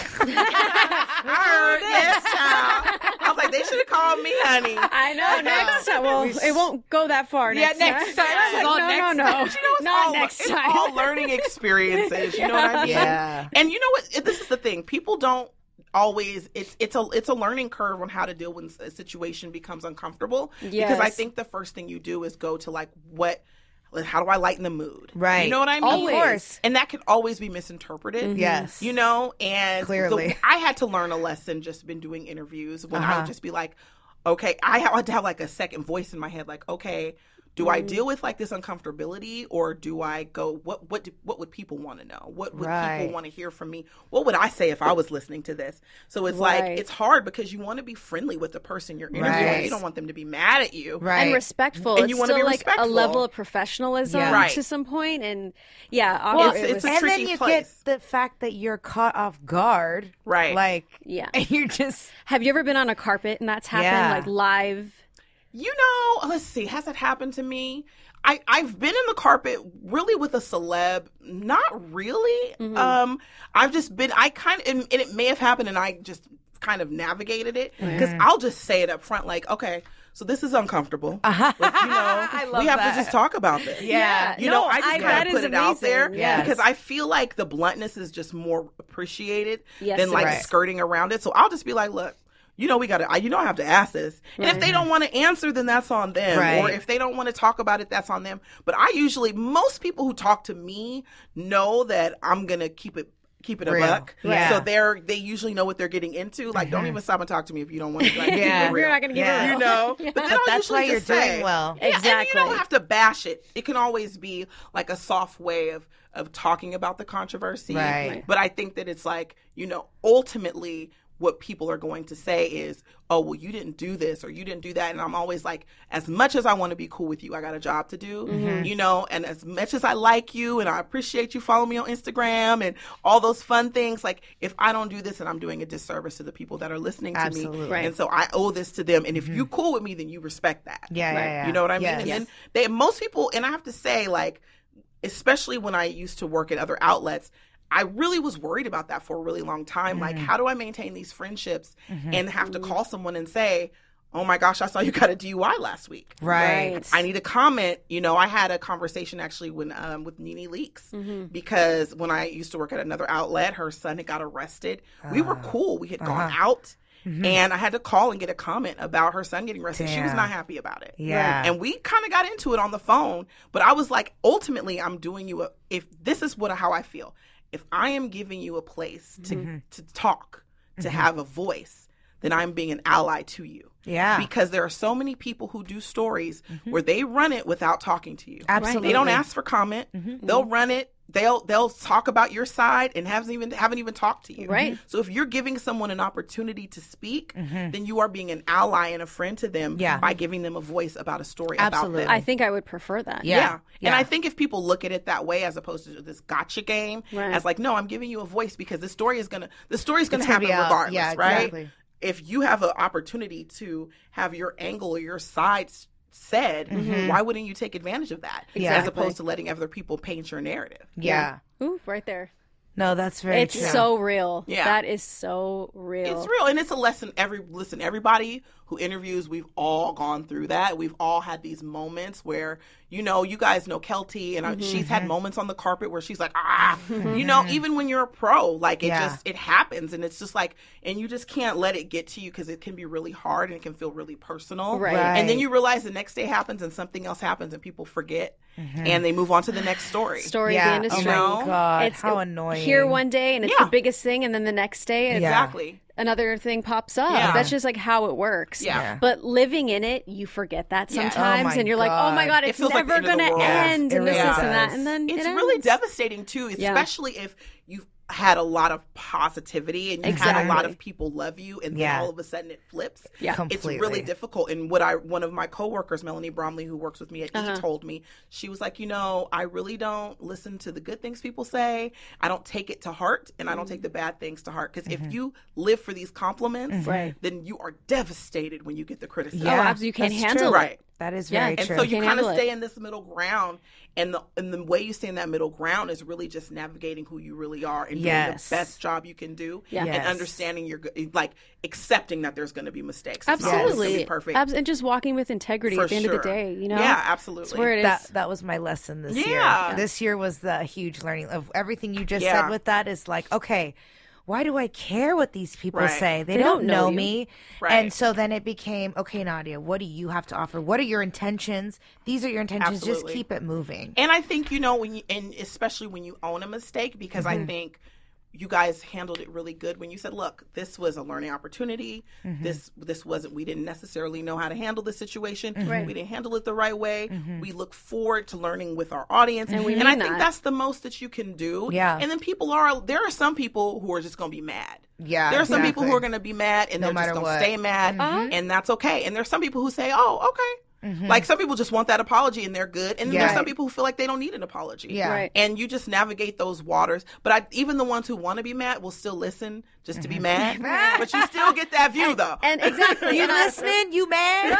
Speaker 5: I heard, <laughs> yes, child. I was like, they should have called me, honey.
Speaker 4: I <laughs>
Speaker 2: <laughs>
Speaker 4: know. Next time. Well, it won't go that far. Next
Speaker 2: Yeah, next time.
Speaker 4: I was
Speaker 2: It's all
Speaker 4: like, no,
Speaker 2: next
Speaker 4: no,
Speaker 2: time.
Speaker 4: no.
Speaker 5: But you know, it's
Speaker 4: Not
Speaker 5: all,
Speaker 4: next
Speaker 5: it's
Speaker 4: time.
Speaker 5: all learning experiences. You know what I mean?
Speaker 2: Yeah.
Speaker 5: And you know what? This is the thing. People don't always. It's it's a it's a learning curve on how to deal when a situation becomes uncomfortable. Because I
Speaker 4: Yes.
Speaker 5: think the first thing you do is go to like what. like, How do I lighten the mood?
Speaker 2: Right.
Speaker 5: You know what I mean?
Speaker 2: Of course. Mm-hmm.
Speaker 5: And that can always be misinterpreted.
Speaker 2: Yes.
Speaker 5: You know, and the-
Speaker 2: Clearly.
Speaker 5: I had to learn a lesson just been doing interviews when
Speaker 2: Uh-huh.
Speaker 5: I would just be like, okay, I had to have like a second voice in my head, like, okay, do
Speaker 2: Mm-hmm.
Speaker 5: I deal with like this uncomfortability or do I go what what do, what would people want to know? What would
Speaker 2: Right.
Speaker 5: people want to hear from me? What would I say if I was listening to this? So it's
Speaker 4: Right.
Speaker 5: like it's hard because you want to be friendly with the person you're interviewing.
Speaker 2: Right.
Speaker 5: You don't want them to be mad at you.
Speaker 2: Right.
Speaker 4: And respectful.
Speaker 5: And
Speaker 4: it's
Speaker 5: you wanna
Speaker 4: still
Speaker 5: be
Speaker 4: like a
Speaker 5: respectful.
Speaker 4: level of professionalism
Speaker 2: Yeah.
Speaker 5: Right.
Speaker 4: to some point, and yeah, obviously,
Speaker 5: it's-
Speaker 4: it was-
Speaker 5: it's a
Speaker 2: and
Speaker 5: tricky
Speaker 2: then you
Speaker 5: place.
Speaker 2: get the fact that you're caught off guard.
Speaker 5: Right.
Speaker 2: Like,
Speaker 4: Yeah.
Speaker 2: And you're just.
Speaker 4: have you ever been on a carpet and that's happened
Speaker 2: Yeah.
Speaker 4: like live?
Speaker 5: You know, let's see, has it happened to me? I, I've been in the carpet really with a celeb, not really. Um, I've just been, I kind of, and, and it may have happened and I just kind of navigated it because I'll just say it up front like, okay, so this is uncomfortable. But, you know,
Speaker 2: <laughs>
Speaker 5: we have to just talk about this.
Speaker 2: Yeah.
Speaker 5: You
Speaker 4: No,
Speaker 5: know, I just
Speaker 4: I- that
Speaker 5: kind
Speaker 4: is
Speaker 5: of put it out
Speaker 4: amazing.
Speaker 5: there
Speaker 4: Yes.
Speaker 5: because I feel like the bluntness is just more appreciated
Speaker 4: Yes,
Speaker 5: than
Speaker 4: it
Speaker 5: like
Speaker 2: is.
Speaker 5: skirting around it. So I'll just be like, look, you know, we got to, you know, I have to ask this. And
Speaker 4: Mm-hmm.
Speaker 5: if they don't want to answer, then that's on them.
Speaker 2: Right.
Speaker 5: Or if they don't want to talk about it, that's on them. But I usually, most people who talk to me know that I'm going to keep it. keep it a
Speaker 2: Real.
Speaker 5: buck.
Speaker 2: Yeah.
Speaker 5: So they're they usually know what they're getting into. Like, don't even stop and talk to me if you don't want to. Like, keep it
Speaker 2: Yeah.
Speaker 5: real.
Speaker 4: Uh-huh. We're not gonna give
Speaker 2: Yeah.
Speaker 4: it.
Speaker 5: You know, but, then
Speaker 2: But
Speaker 5: I'll
Speaker 2: that's why
Speaker 5: usually
Speaker 2: you're
Speaker 5: just say-
Speaker 2: doing well.
Speaker 5: Yeah, and you
Speaker 4: Exactly.
Speaker 5: don't have to bash it. It can always be like a soft way of of talking about the controversy.
Speaker 2: Right.
Speaker 5: But I think that it's like you know, ultimately, what people are going to say is, "Oh, well, you didn't do this or you didn't do that," and I'm always like, as much as I want to be cool with you, I got a job to do,
Speaker 2: Mm-hmm.
Speaker 5: you know, and as much as I like you and I appreciate you follow me on Instagram and all those fun things, like if I don't do this, and I'm doing a disservice to the people that are listening to me,
Speaker 2: Absolutely.
Speaker 4: Right.
Speaker 5: and so I owe this to them. And if you cool with me, then you respect that.
Speaker 2: <laughs> Mm-hmm. Yeah, yeah, yeah.
Speaker 5: You know what I mean?
Speaker 2: Yes.
Speaker 5: And then they most people, and I have to say, like, especially when I used to work at other outlets, I really was worried about that for a really long time.
Speaker 2: Mm.
Speaker 5: Like, how do I maintain these friendships
Speaker 2: Mm-hmm.
Speaker 5: and have to call someone and say, "Oh my gosh, I saw you got a DUI last week."
Speaker 2: Right.
Speaker 5: I need to comment. You know, I had a conversation actually when um, with Nene Leaks
Speaker 2: Mm-hmm.
Speaker 5: because when I used to work at another outlet, her son had got arrested. we were
Speaker 2: Uh-huh.
Speaker 5: cool. We had gone out,
Speaker 2: Mm-hmm.
Speaker 5: and I had to call and get a comment about her son getting arrested. She was
Speaker 2: Damn.
Speaker 5: not happy about it.
Speaker 2: Yeah.
Speaker 5: and we kind of got into it on the phone. But I was like, ultimately, I'm doing you a. If this is what how I feel, if I am giving you a place to
Speaker 2: Mm-hmm.
Speaker 5: to talk, to have a voice, then I'm being an ally to you
Speaker 2: Yeah.
Speaker 5: because there are so many people who do stories where they run it without talking to you.
Speaker 2: Mm-hmm. Absolutely. Mm-hmm.
Speaker 5: They don't ask for comment. They'll run it. They'll they'll talk about your side and haven't even haven't even talked to you.
Speaker 4: Right.
Speaker 5: So if you're giving someone an opportunity to speak, then you are being an ally and a friend to them
Speaker 2: Mm-hmm. Yeah.
Speaker 5: by giving them a voice about a story
Speaker 2: Absolutely.
Speaker 5: about them.
Speaker 4: I think I would prefer that.
Speaker 2: Yeah.
Speaker 5: Yeah. And
Speaker 2: Yeah.
Speaker 5: I think if people look at it that way, as opposed to this gotcha game,
Speaker 4: Right.
Speaker 5: as like, no, I'm giving you a voice because the story is gonna the story's gonna
Speaker 2: It's gonna
Speaker 5: happen
Speaker 2: be out.
Speaker 5: regardless,
Speaker 2: Yeah,
Speaker 5: right?
Speaker 2: exactly.
Speaker 5: If you have an opportunity to have your angle or your side s- said, why wouldn't you take advantage of that? As
Speaker 2: Mm-hmm. Exactly.
Speaker 5: opposed to letting other people paint your narrative.
Speaker 2: Yeah.
Speaker 4: Ooh, right there.
Speaker 2: No, that's very
Speaker 4: it's
Speaker 2: true.
Speaker 4: so real.
Speaker 5: Yeah.
Speaker 4: That is so real.
Speaker 5: It's real, and it's a lesson. Every listen, everybody who interviews, we've all gone through that. We've all had these moments where you know, you guys know Kelty, and I, she's
Speaker 2: Mm-hmm.
Speaker 5: had moments on the carpet where she's like, ah, you know, even when you're a pro, like it
Speaker 2: Yeah.
Speaker 5: just it happens, and it's just like, and you just can't let it get to you because it can be really hard and it can feel really personal,
Speaker 4: Right.
Speaker 5: And then
Speaker 2: Right.
Speaker 5: you realize the next day happens and something else happens, and people forget,
Speaker 2: Mm-hmm.
Speaker 5: and they move on to the next story.
Speaker 4: Story of
Speaker 2: Yeah.
Speaker 4: the industry.
Speaker 2: Oh
Speaker 5: know?
Speaker 2: my god.
Speaker 4: It's
Speaker 2: How annoying.
Speaker 4: Here one day, and it's
Speaker 5: Yeah.
Speaker 4: the biggest thing, and then the next day, it's
Speaker 2: Yeah.
Speaker 5: Exactly.
Speaker 4: another thing pops up.
Speaker 5: Yeah.
Speaker 4: That's just like how it works.
Speaker 5: Yeah. Yeah.
Speaker 4: But living in it, you forget that
Speaker 5: Yeah.
Speaker 4: sometimes,
Speaker 2: Oh my
Speaker 4: and you're like, oh my
Speaker 2: God.
Speaker 4: god, it's
Speaker 5: feels like
Speaker 4: never
Speaker 5: the end of the
Speaker 4: gonna
Speaker 5: world. Yeah,
Speaker 4: end,
Speaker 2: it
Speaker 4: and this,
Speaker 5: really
Speaker 4: this, and that,
Speaker 2: does.
Speaker 4: and then
Speaker 5: it's
Speaker 4: it
Speaker 5: really
Speaker 4: ends.
Speaker 5: devastating too,
Speaker 4: Yeah.
Speaker 5: especially if you've had a lot of positivity and you've had a lot
Speaker 4: Exactly.
Speaker 5: of people love you, and
Speaker 2: Yeah.
Speaker 5: then all of a sudden it flips.
Speaker 4: Yeah.
Speaker 2: Completely.
Speaker 5: It's really difficult. And what I one of my coworkers, Melanie Bromley, who works with me at
Speaker 4: Uh-huh.
Speaker 5: E, told me she was like, you know, I really don't listen to the good things people say. I don't take it to heart, and I don't take the
Speaker 4: Mm-hmm.
Speaker 5: bad things to heart because if you live for these compliments,
Speaker 4: Right.
Speaker 5: then you are devastated when you get the criticism.
Speaker 4: Oh, absolutely, you can't
Speaker 2: that's
Speaker 4: handle
Speaker 2: true.
Speaker 4: it.
Speaker 5: Right.
Speaker 2: That is
Speaker 4: Yeah.
Speaker 2: very
Speaker 4: And
Speaker 5: And
Speaker 2: true.
Speaker 5: so you
Speaker 4: Can't
Speaker 5: kind of
Speaker 4: handle it.
Speaker 5: stay in this middle ground, and the and the way you stay in that middle ground is really just navigating who you really are and doing
Speaker 2: Yes.
Speaker 5: the best job you can do,
Speaker 4: Yeah.
Speaker 2: Yes.
Speaker 5: and understanding your g- like accepting that there's going to be mistakes. It's not always gonna
Speaker 4: Absolutely.
Speaker 5: be perfect.
Speaker 4: Abs- and just walking with integrity
Speaker 5: for
Speaker 4: at the end of
Speaker 5: sure.
Speaker 4: the day, you know?
Speaker 5: Yeah, absolutely.
Speaker 4: It's where it is.
Speaker 2: that that was my lesson this
Speaker 5: Yeah.
Speaker 2: year. This year was the huge learning of everything you just
Speaker 5: Yeah.
Speaker 2: said with that is like, okay, why do I care what these people
Speaker 5: Right.
Speaker 2: say? They,
Speaker 4: They
Speaker 2: don't,
Speaker 4: don't know
Speaker 2: know
Speaker 4: you.
Speaker 2: me. And
Speaker 5: Right.
Speaker 2: so then it became, okay, Nadia, what do you have to offer? What are your intentions? These are your intentions. Just
Speaker 5: Absolutely.
Speaker 2: keep it moving.
Speaker 5: And I think you know when you, and especially when you own a mistake, because I think you guys handled it really good when you said, "Look, this was a learning opportunity. This this wasn't. We didn't necessarily know how to handle this situation. We didn't handle it the right way. We look forward to learning with our audience, and,
Speaker 4: we
Speaker 5: I
Speaker 4: mean
Speaker 5: think
Speaker 4: that.
Speaker 5: that's the most that you can do.
Speaker 2: Yeah.
Speaker 5: And then people are there are some people who are just going to be mad.
Speaker 2: Yeah,
Speaker 5: There are some people who
Speaker 2: exactly.
Speaker 5: are going to be mad, and
Speaker 2: No
Speaker 5: they're
Speaker 2: matter
Speaker 5: just going
Speaker 2: what.
Speaker 5: to stay mad,
Speaker 4: Mm-hmm.
Speaker 5: and that's okay. And there's some people who say, "Oh, okay." Like some people just want that apology and they're good, and then there's
Speaker 2: Mm-hmm. Yeah.
Speaker 5: some people who feel like they don't need an apology.
Speaker 2: Yeah.
Speaker 4: Right.
Speaker 5: And you just navigate those waters. But I, even the ones who want to be mad will still listen just to be
Speaker 2: Mm-hmm. <laughs>
Speaker 5: mad. but you still get that view, though.
Speaker 4: and
Speaker 5: <laughs>
Speaker 4: exactly.
Speaker 2: You
Speaker 4: and, I,
Speaker 2: listening? You mad?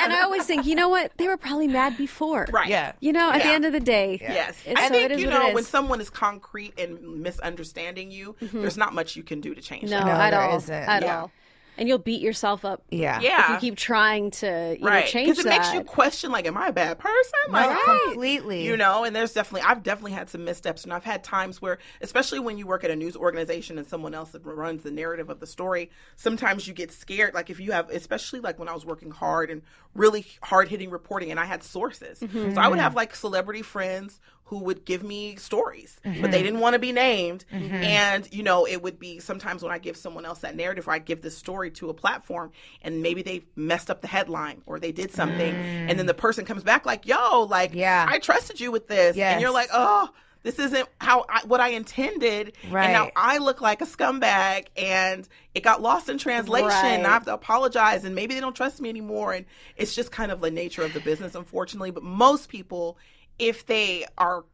Speaker 4: and I always think, you know what? They were probably mad before.
Speaker 5: right.
Speaker 2: <laughs> Yeah.
Speaker 4: You know, at the
Speaker 5: Yeah.
Speaker 4: end of the day.
Speaker 5: Yes.
Speaker 4: It's,
Speaker 5: I
Speaker 4: so
Speaker 5: think,
Speaker 4: it is
Speaker 5: you
Speaker 4: what it
Speaker 5: know,
Speaker 4: is. Mm-hmm.
Speaker 5: when someone is concrete and misunderstanding you, there's not much you can do to change
Speaker 4: No,
Speaker 5: that.
Speaker 2: No,
Speaker 4: at
Speaker 2: there
Speaker 4: all.
Speaker 2: isn't.
Speaker 4: At
Speaker 5: Yeah.
Speaker 4: all. and you'll beat yourself up
Speaker 2: Yeah.
Speaker 4: if you
Speaker 5: Yeah.
Speaker 4: keep trying to you know,
Speaker 5: right.
Speaker 4: change
Speaker 5: it
Speaker 4: that.
Speaker 5: makes you question, like, am I a bad person?
Speaker 2: No,
Speaker 5: Like,
Speaker 2: completely.
Speaker 5: You know, and there's definitely I've definitely had some missteps, and I've had times where, especially when you work at a news organization and someone else runs the narrative of the story, sometimes you get scared. Like if you have, especially like when I was working hard and really hard hitting reporting, and I had sources, so I would have like celebrity friends who would give me stories, but they didn't want to be named, and you know, it would be sometimes when I give someone else that narrative, or I give this story to a platform, and maybe they messed up the headline or they did something, and then the person comes back like, "Yo, like."
Speaker 2: Yeah.
Speaker 5: I trusted you with this. And you're
Speaker 2: Yes.
Speaker 5: like, oh, this isn't how I, what I intended. And now
Speaker 2: Right.
Speaker 5: I look like a scumbag and it got lost in translation. And I have to apologize and maybe they don't trust me anymore. And it's just kind of the nature of the business, unfortunately. But most people, if they are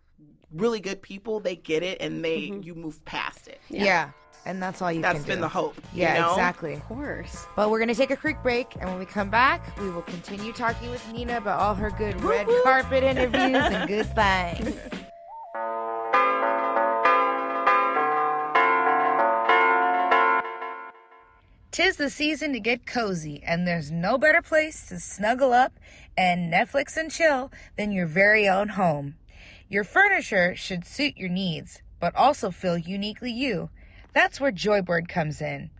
Speaker 5: really good people, they get it and they you move past it.
Speaker 2: Mm-hmm. Yeah. And that's all you
Speaker 5: That's
Speaker 2: can do.
Speaker 5: been the hope. you
Speaker 2: Yeah,
Speaker 5: know?
Speaker 2: exactly.
Speaker 4: of course.
Speaker 2: But we're going to take a quick break. And when we come back, we will continue talking with Nina about all her good red carpet interviews and
Speaker 5: <laughs>
Speaker 2: good things. Tis the season to get cozy, and there's no better place to snuggle up and Netflix and chill than your very own home. Your furniture should suit your needs, but also feel uniquely you. That's where Joybird comes in.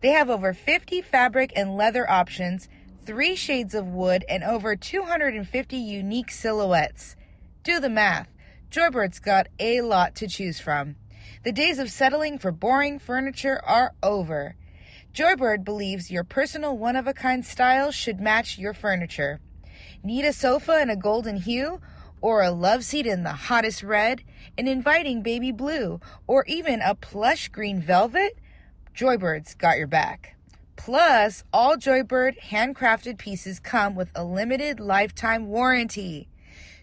Speaker 2: They have over 50 fabric and leather options, three shades of wood, and over 250 unique silhouettes. Do the math. Joybird's got a lot to choose from. The days of settling for boring furniture are over. Joybird believes your personal one of a kind style should match your furniture. Need a sofa in a golden hue? Or a love seat in the hottest red? An inviting baby blue? Or even a plush green velvet? Joybird's got your back. Plus, all Joybird handcrafted pieces come with a limited lifetime warranty.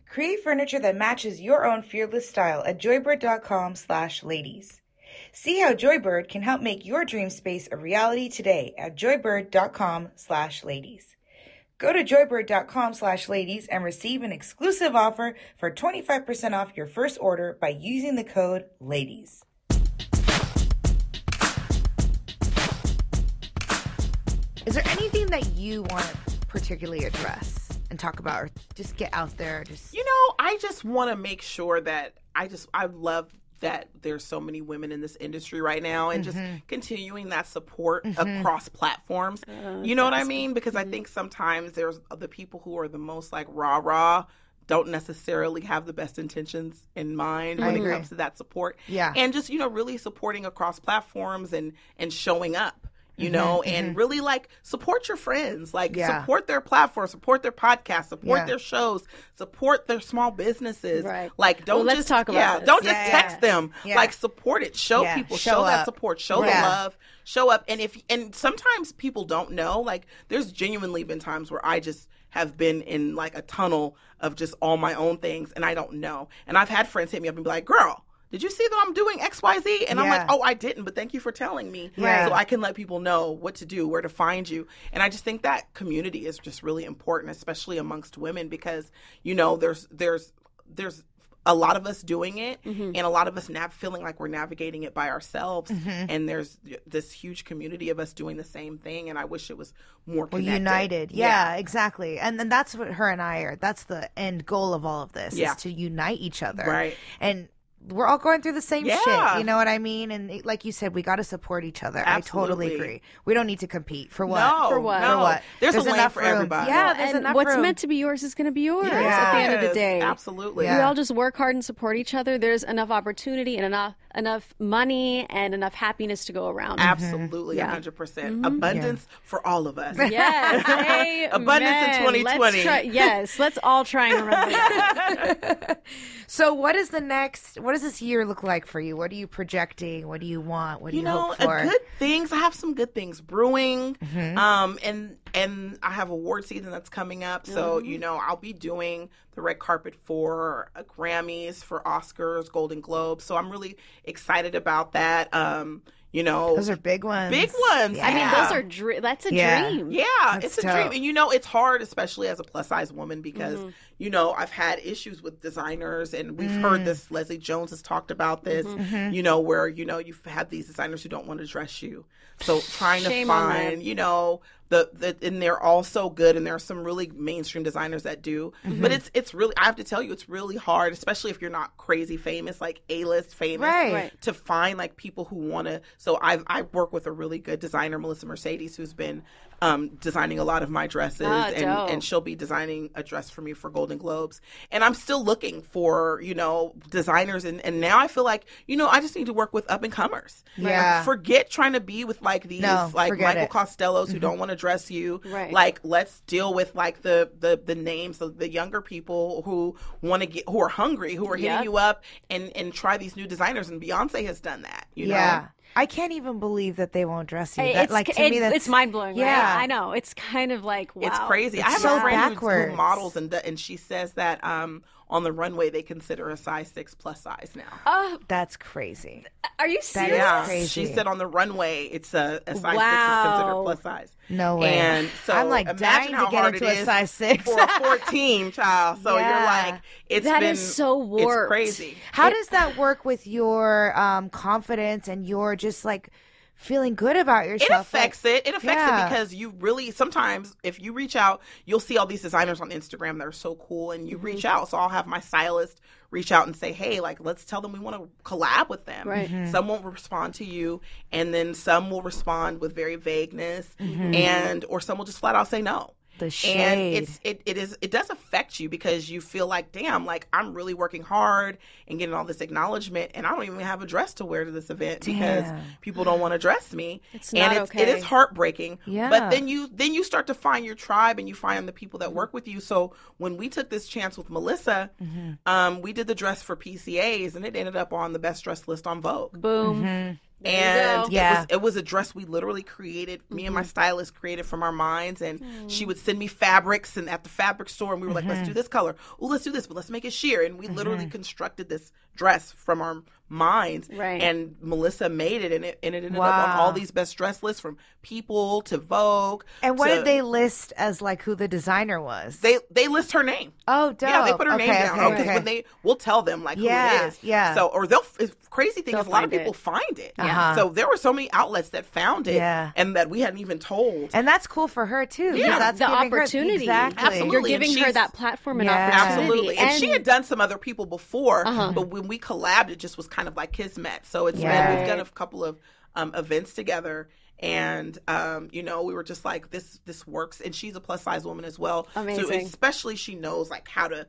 Speaker 2: Create furniture that matches your own fearless style at joybird.com slash ladies. See how Joybird can help make your dream space a reality today at joybird.com slash ladies. Go to joybird.com slash ladies and receive an exclusive offer for 25% off your first order by using the code LADIES. Is there anything that you want to particularly address and talk about or just get out there? Just
Speaker 5: You know, I just want to make sure that I just I love that there's so many women in this industry right now and
Speaker 2: Mm-hmm.
Speaker 5: just continuing that support across platforms. you know what I mean? Because I think sometimes there's the people who are the most like rah rah don't necessarily have the best intentions in mind when it comes to that support.
Speaker 2: Yeah.
Speaker 5: And just, you know, really supporting across platforms and and showing up. You know, and really like support your friends, like
Speaker 2: Mm-hmm. Yeah.
Speaker 5: support their platform, support their podcast, support
Speaker 2: Yeah.
Speaker 5: their shows, support their small businesses.
Speaker 4: Right.
Speaker 5: Like don't
Speaker 4: Well, let's
Speaker 5: just
Speaker 4: talk about
Speaker 5: yeah,
Speaker 4: this.
Speaker 5: don't just
Speaker 2: Yeah.
Speaker 5: text them.
Speaker 2: Yeah.
Speaker 5: Like support it. Show
Speaker 2: Yeah.
Speaker 5: people.
Speaker 2: Show
Speaker 5: Show, that
Speaker 2: up.
Speaker 5: support. Show
Speaker 2: Yeah.
Speaker 5: the love. Show up. And if and sometimes people don't know. Like there's genuinely been times where I just have been in like a tunnel of just all my own things and I don't know. And I've had friends hit me up and be like, "Girl, did you see that I'm doing XYZ?" And I'm
Speaker 2: Yeah.
Speaker 5: like, "Oh, I didn't, but thank you for telling me."
Speaker 2: Right.
Speaker 5: So I can let people know what to do, where to find you. And I just think that community is just really important, especially amongst women, because you know there's there's there's a lot of us doing it,
Speaker 2: Mm-hmm.
Speaker 5: and a lot of us nav- feeling like we're navigating it by ourselves.
Speaker 2: Mm-hmm.
Speaker 5: And there's this huge community of us doing the same thing. And I wish it was more
Speaker 2: We're
Speaker 5: connected.
Speaker 2: united. Yeah, exactly. And then that's what her and I are. That's the end goal of all of this
Speaker 5: Yeah.
Speaker 2: is to unite each other.
Speaker 5: Right.
Speaker 2: And we're all going through the same
Speaker 5: Yeah.
Speaker 2: shit. You know what I mean? And it- like you said, we got to support each other. I totally
Speaker 5: Absolutely.
Speaker 2: agree. We don't need to compete for what?
Speaker 5: No,
Speaker 4: For what?
Speaker 5: no.
Speaker 2: For what?
Speaker 5: There's,
Speaker 2: There's
Speaker 5: a lane
Speaker 2: enough
Speaker 5: for
Speaker 2: room.
Speaker 5: everybody.
Speaker 2: Yeah, there's
Speaker 4: and
Speaker 2: enough
Speaker 4: what's
Speaker 2: room.
Speaker 4: meant to be yours is going to be yours at the end of the
Speaker 5: Yes,
Speaker 4: day.
Speaker 5: absolutely.
Speaker 2: Yeah.
Speaker 4: We all just work hard and support each other. There's enough opportunity and enough enough money and enough
Speaker 5: <laughs>
Speaker 4: happiness to go around.
Speaker 5: Absolutely,
Speaker 2: Mm-hmm.
Speaker 5: a 100%. percent Abundance for all of us.
Speaker 4: Yes. amen.
Speaker 5: Abundance in 2020.
Speaker 4: Let's try, yes. Let's all try and remember that.
Speaker 2: So what is the next? What does this year look like for you? What are you projecting? What do you want? What do you,
Speaker 5: you know,
Speaker 2: hope for? Mm-hmm.
Speaker 5: uh, good things. I have some good things brewing. Um, and and I have award season that's coming up. So,
Speaker 2: Mm-hmm.
Speaker 5: you know, I'll be doing the red carpet for uh, Grammys, for Oscars, Golden Globes. So I'm really excited about that. Um, you know,
Speaker 2: Those are big ones.
Speaker 5: big ones.
Speaker 2: Yeah.
Speaker 4: I mean, those are dr- that's a
Speaker 2: Yeah.
Speaker 4: dream.
Speaker 5: Yeah, it's
Speaker 2: That's
Speaker 5: a dream.
Speaker 2: dope. Mm-hmm.
Speaker 5: And you know, it's hard, especially as a plus size woman, because, you know, I've had issues with designers and we've
Speaker 2: Mm.
Speaker 5: heard this. Leslie Jones has talked about this,
Speaker 2: Mm-hmm.
Speaker 4: Mm-hmm.
Speaker 5: you know, where, you know, you've had these designers who don't want to dress you. So trying to
Speaker 4: Shame on them.
Speaker 5: find, you know, the, the and they're all so good and there are some really mainstream designers that do.
Speaker 4: Mm-hmm.
Speaker 5: But it's it's really I have to tell you, it's really hard, especially if you're not crazy famous, like A list famous
Speaker 2: Right.
Speaker 4: Right.
Speaker 5: to find like people who want to. So I I work with a really good designer, Melissa Mercedes, who's been um, designing a lot of my dresses,
Speaker 4: Ah,
Speaker 5: and
Speaker 4: dope.
Speaker 5: and she'll be designing a dress for me for Golden Globes. And I'm still looking for you know designers, and and now I feel like you know I just need to work with up and comers.
Speaker 2: Yeah.
Speaker 5: forget trying to be with like these
Speaker 2: No,
Speaker 5: like
Speaker 2: forget
Speaker 5: Michael
Speaker 2: it. Mm-hmm.
Speaker 5: Costellos who don't want to dress you.
Speaker 4: Right.
Speaker 5: Like let's deal with like the the the names of the younger people who want to get who are hungry, who are hitting
Speaker 4: Yep.
Speaker 5: you up and and try these new designers and Beyonce has done that, you know.
Speaker 2: yeah. I can't even believe that they won't dress you. That,
Speaker 4: it's,
Speaker 2: like to me,
Speaker 4: it-
Speaker 2: that's
Speaker 4: it's mind blowing.
Speaker 2: Yeah.
Speaker 4: right? I know. It's kind of like wow.
Speaker 5: It's crazy. I have
Speaker 2: so
Speaker 5: a friend who- who,
Speaker 2: backwards.
Speaker 5: models and do- and she says that um on the runway they consider a size 6 plus size now.
Speaker 4: Uh,
Speaker 2: That's crazy.
Speaker 4: are you
Speaker 2: That
Speaker 4: serious?
Speaker 2: is
Speaker 5: yeah.
Speaker 2: crazy.
Speaker 5: She said on the runway it's a, a size 6 is
Speaker 4: Wow.
Speaker 5: considered plus size.
Speaker 2: No way.
Speaker 5: And so
Speaker 2: I'm like
Speaker 5: imagine
Speaker 2: dying
Speaker 5: how
Speaker 2: to get
Speaker 5: hard
Speaker 2: into
Speaker 5: it
Speaker 2: a
Speaker 5: is
Speaker 2: size six. <laughs>
Speaker 5: for a 14 child.
Speaker 4: <laughs>
Speaker 5: So
Speaker 2: Yeah.
Speaker 5: you're like it's
Speaker 4: That
Speaker 5: been-
Speaker 4: is so warped.
Speaker 5: It's crazy.
Speaker 2: How does that work with your um, confidence and your just like feeling good about
Speaker 5: it
Speaker 2: yourself? Like,
Speaker 5: affects it. It affects
Speaker 2: Yeah.
Speaker 5: it because you really sometimes if you reach out, you'll see all these designers on Instagram that are so cool, and you reach out. So I'll have my stylist reach out and say, "Hey, like let's tell them we want to collab with them."
Speaker 4: Right.
Speaker 5: Some won't respond to you, and then some will respond with very vagueness, and or some will just flat out say no.
Speaker 2: the shade.
Speaker 5: And it's it, it is it does affect you because you feel like damn like I'm really working hard and getting all this acknowledgement and I don't even have a dress to wear to this event because
Speaker 2: Damn.
Speaker 5: people don't want to dress me.
Speaker 4: It's
Speaker 5: and
Speaker 4: not
Speaker 5: it's, it
Speaker 4: okay.
Speaker 5: is heartbreaking.
Speaker 2: Yeah.
Speaker 5: But then you then you start to find your tribe and you find the people that work with you. So when we took this chance with Melissa,
Speaker 4: Mm-hmm.
Speaker 5: um, we did the dress for PCAs and it ended up on the best dress list on Vogue
Speaker 4: Boom.
Speaker 5: and
Speaker 4: go.
Speaker 5: it,
Speaker 2: Yeah. Mm-hmm.
Speaker 5: was, it was a dress we literally created me and my stylist created from our minds and she
Speaker 2: Mm.
Speaker 5: would send me fabrics and at the fabric store and we were like
Speaker 2: Mm-hmm.
Speaker 5: let's do this color oh let's do this but let's make it sheer and we literally constructed this dress from our minds
Speaker 4: Right.
Speaker 5: and melissa made it and it, and it ended up on
Speaker 2: Wow.
Speaker 5: all these best dress lists from people to vogue
Speaker 2: and what
Speaker 5: to-
Speaker 2: did they list as like who the designer was?
Speaker 5: they they list her name
Speaker 2: oh, dope.
Speaker 5: yeah, they put her
Speaker 2: okay,
Speaker 5: name down
Speaker 2: Okay,
Speaker 5: because
Speaker 2: okay.
Speaker 5: when they we'll tell them like who
Speaker 2: Yeah,
Speaker 5: it is.
Speaker 2: yeah.
Speaker 5: So or they'll f- crazy thing
Speaker 4: They'll
Speaker 5: is a lot of
Speaker 4: find
Speaker 5: people
Speaker 4: it.
Speaker 5: find it.
Speaker 2: Uh-huh.
Speaker 5: So there were so many outlets that found it
Speaker 2: Yeah.
Speaker 5: and that we hadn't even told.
Speaker 2: and that's cool for her too. 'cause
Speaker 5: Yeah,
Speaker 2: that's
Speaker 4: the
Speaker 2: giving her-
Speaker 4: opportunity.
Speaker 2: exactly.
Speaker 5: Absolutely.
Speaker 4: You're
Speaker 5: And
Speaker 4: giving her
Speaker 5: she's-
Speaker 4: that platform and
Speaker 2: Yeah.
Speaker 4: opportunity.
Speaker 5: Absolutely. And, she had done some other people before,
Speaker 4: Uh-huh.
Speaker 5: but when we collabed, it just was kind of like kismet. So it's
Speaker 2: Yeah.
Speaker 5: been, we've done a couple of um, events together. And um, you know, we were just like, this this works. And she's a plus size woman as well. So
Speaker 4: Amazing.
Speaker 5: especially she knows like how to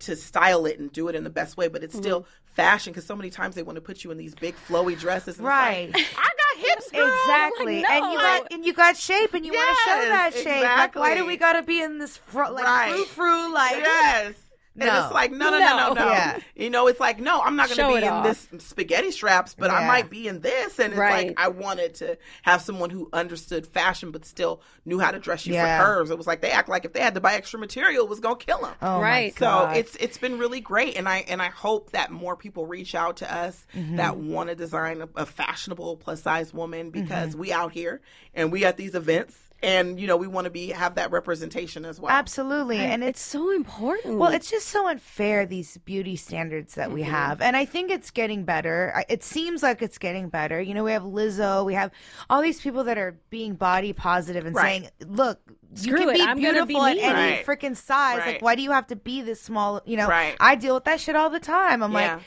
Speaker 5: to style it and do it in the best way, but it's still
Speaker 2: Mm-hmm.
Speaker 5: fashion because so many times they want to put you in these big flowy dresses. and it's
Speaker 2: Right.
Speaker 5: like, I got hips, girl.
Speaker 2: Exactly,
Speaker 4: like,
Speaker 2: and you got and you got shape, and you want to show that
Speaker 5: Yes,
Speaker 2: shape. Like, why do
Speaker 5: exactly.
Speaker 2: we gotta be in this fro- like
Speaker 5: Right.
Speaker 2: frou frou? Like,
Speaker 5: Yes. And
Speaker 2: No.
Speaker 5: it's like, no, no, no, no,
Speaker 4: No.
Speaker 5: no.
Speaker 2: Yeah.
Speaker 5: You know, it's like, no, I'm not going
Speaker 4: Show
Speaker 5: to
Speaker 4: it
Speaker 5: be in
Speaker 4: off.
Speaker 5: this spaghetti straps, but I
Speaker 2: Yeah.
Speaker 5: might be in this. And it's
Speaker 4: Right.
Speaker 5: like, I wanted to have someone who understood fashion, but still knew how to dress you
Speaker 2: Yeah.
Speaker 5: for curves. It was like, they act like if they had to buy extra material, it was going to kill them.
Speaker 2: oh my
Speaker 4: Right. So
Speaker 5: So
Speaker 2: God.
Speaker 5: it's it's been really great, and I and I hope that more people reach out to us
Speaker 2: Mm-hmm.
Speaker 5: that want to design a, a fashionable plus size woman
Speaker 2: Mm-hmm.
Speaker 5: because we out here and we at these events, and you know we want to be have that representation as well.
Speaker 2: absolutely, and
Speaker 4: It's so important.
Speaker 2: Well, it's just so unfair these beauty standards that
Speaker 6: Mm-hmm.
Speaker 2: we have, and I think it's getting better. I- It seems like it's getting better. You know, we have Lizzo, we have all these people that are being body positive and
Speaker 5: Right.
Speaker 2: saying, "Look,
Speaker 4: Screw
Speaker 2: you can
Speaker 4: it,
Speaker 2: be
Speaker 4: I'm gonna be
Speaker 2: beautiful at
Speaker 4: me."
Speaker 2: any
Speaker 5: Right.
Speaker 2: freaking size.
Speaker 5: Right.
Speaker 2: Like, why do you have to be this small?" You know,
Speaker 5: Right.
Speaker 2: I deal with that shit all the time. I'm
Speaker 5: Yeah.
Speaker 2: like.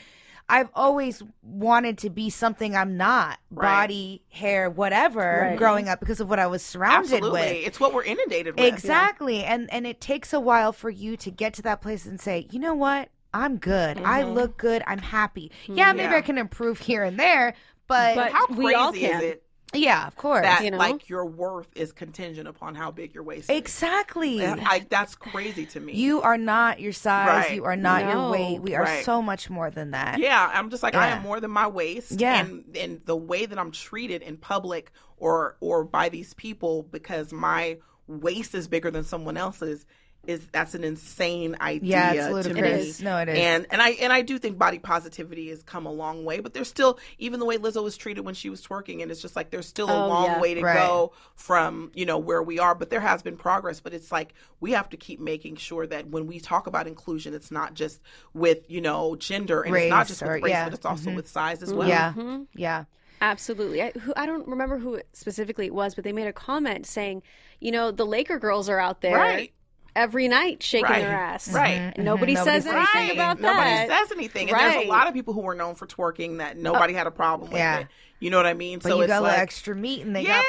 Speaker 2: I've always wanted to be something I'm not,
Speaker 5: Right.
Speaker 2: body, hair, whatever,
Speaker 4: Right.
Speaker 2: growing up because of what I was surrounded
Speaker 5: Absolutely.
Speaker 2: with.
Speaker 5: It's what we're inundated with.
Speaker 2: Exactly. And and it takes a while for you to get to that place and say, "You know what? I'm good. I look good. I'm happy. Yeah, maybe
Speaker 5: Mm-hmm. Yeah.
Speaker 2: I can improve here and there, but,
Speaker 4: But-
Speaker 5: How crazy
Speaker 4: We all can.
Speaker 5: is it
Speaker 2: yeah, of course.
Speaker 5: that
Speaker 4: You know?
Speaker 5: like your worth is contingent upon how big your waist is?
Speaker 2: exactly.
Speaker 5: Yeah, Like that's crazy to me.
Speaker 2: You are not your size.
Speaker 5: Right.
Speaker 2: You are not
Speaker 4: No.
Speaker 2: your weight. We are
Speaker 5: Right.
Speaker 2: so much more than that.
Speaker 5: yeah, I'm just like I am
Speaker 2: Yeah.
Speaker 5: more than my waist.
Speaker 2: Yeah.
Speaker 5: and and the way that I'm treated in public or or by these people because my waist is bigger than someone else's is that's an insane idea
Speaker 6: Yeah, it's
Speaker 5: to me.
Speaker 6: ludicrous. No, it is.
Speaker 5: And and I and I do think body positivity has come a long way, but there's still even the way Lizzo was treated when she was twerking, and it's just like there's still a
Speaker 3: Oh,
Speaker 5: long
Speaker 3: yeah.
Speaker 5: way to
Speaker 6: Right.
Speaker 5: go from you know where we are. But there has been progress, but it's like we have to keep making sure that when we talk about inclusion, it's not just with you know gender and it's not
Speaker 6: Race
Speaker 5: just
Speaker 6: or-
Speaker 5: with race,
Speaker 6: yeah. Mm-hmm.
Speaker 5: but it's also with size as well.
Speaker 6: Yeah. Yeah.
Speaker 3: Mm-hmm. Absolutely. I, who, I don't remember who it specifically it was, but they made a comment saying, you know, the Laker girls are out there
Speaker 5: Right.
Speaker 3: every night shaking
Speaker 5: Right.
Speaker 3: their ass.
Speaker 5: Right.
Speaker 3: And Nobody
Speaker 6: Mhm.
Speaker 3: says
Speaker 6: Nobody
Speaker 3: anything
Speaker 6: says
Speaker 5: Right.
Speaker 3: about
Speaker 5: Nobody
Speaker 3: that.
Speaker 5: says anything. And there's
Speaker 3: Right.
Speaker 5: a lot of people who were known for twerking that nobody had a problem with
Speaker 6: Oh, Yeah.
Speaker 5: it. You know what I mean?
Speaker 6: But you got a little extra meat and they got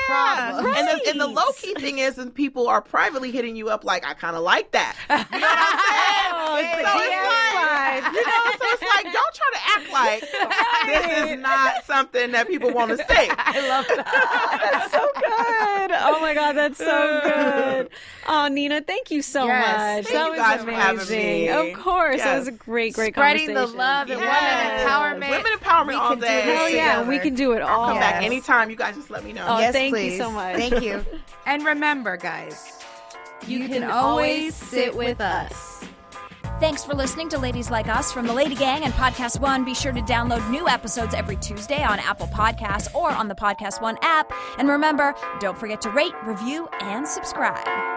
Speaker 2: <laughs>
Speaker 6: problems.
Speaker 5: And the, and the low key thing is, and people are privately hitting you up like, I kind of
Speaker 3: <laughs>
Speaker 5: like that. You know what I'm saying?
Speaker 3: the
Speaker 5: so it's like, you know, so it's like, don't try to act like this is not something that people want to <laughs> say.
Speaker 3: that's so good. Oh my God, that's so good.
Speaker 5: <laughs>
Speaker 3: Oh, Nina, thank you so
Speaker 6: Yes.
Speaker 3: much.
Speaker 5: Thank
Speaker 3: that
Speaker 5: you
Speaker 3: was
Speaker 5: guys for having
Speaker 3: amazing.
Speaker 5: me.
Speaker 3: Of course. That was a
Speaker 5: Yes.
Speaker 3: great, great
Speaker 6: Spreading the
Speaker 3: conversation.
Speaker 6: love and
Speaker 5: Yes.
Speaker 6: women empowerment.
Speaker 5: Women empowerment
Speaker 6: We
Speaker 5: all
Speaker 6: can do
Speaker 5: day.
Speaker 6: this
Speaker 3: Hell yeah, we
Speaker 6: together.
Speaker 3: can do it all.
Speaker 5: Come back
Speaker 6: Yes.
Speaker 5: anytime. You guys just let me know.
Speaker 3: Oh,
Speaker 6: yes,
Speaker 3: thank
Speaker 6: please.
Speaker 3: you so much.
Speaker 6: Thank you. And remember, guys, you, can, always sit with us.
Speaker 1: Thanks for listening to Ladies Like Us from the Lady Gang and Podcast One. Be sure to download new episodes every Tuesday on Apple Podcasts or on the Podcast One app. And remember, don't forget to rate, review, and subscribe.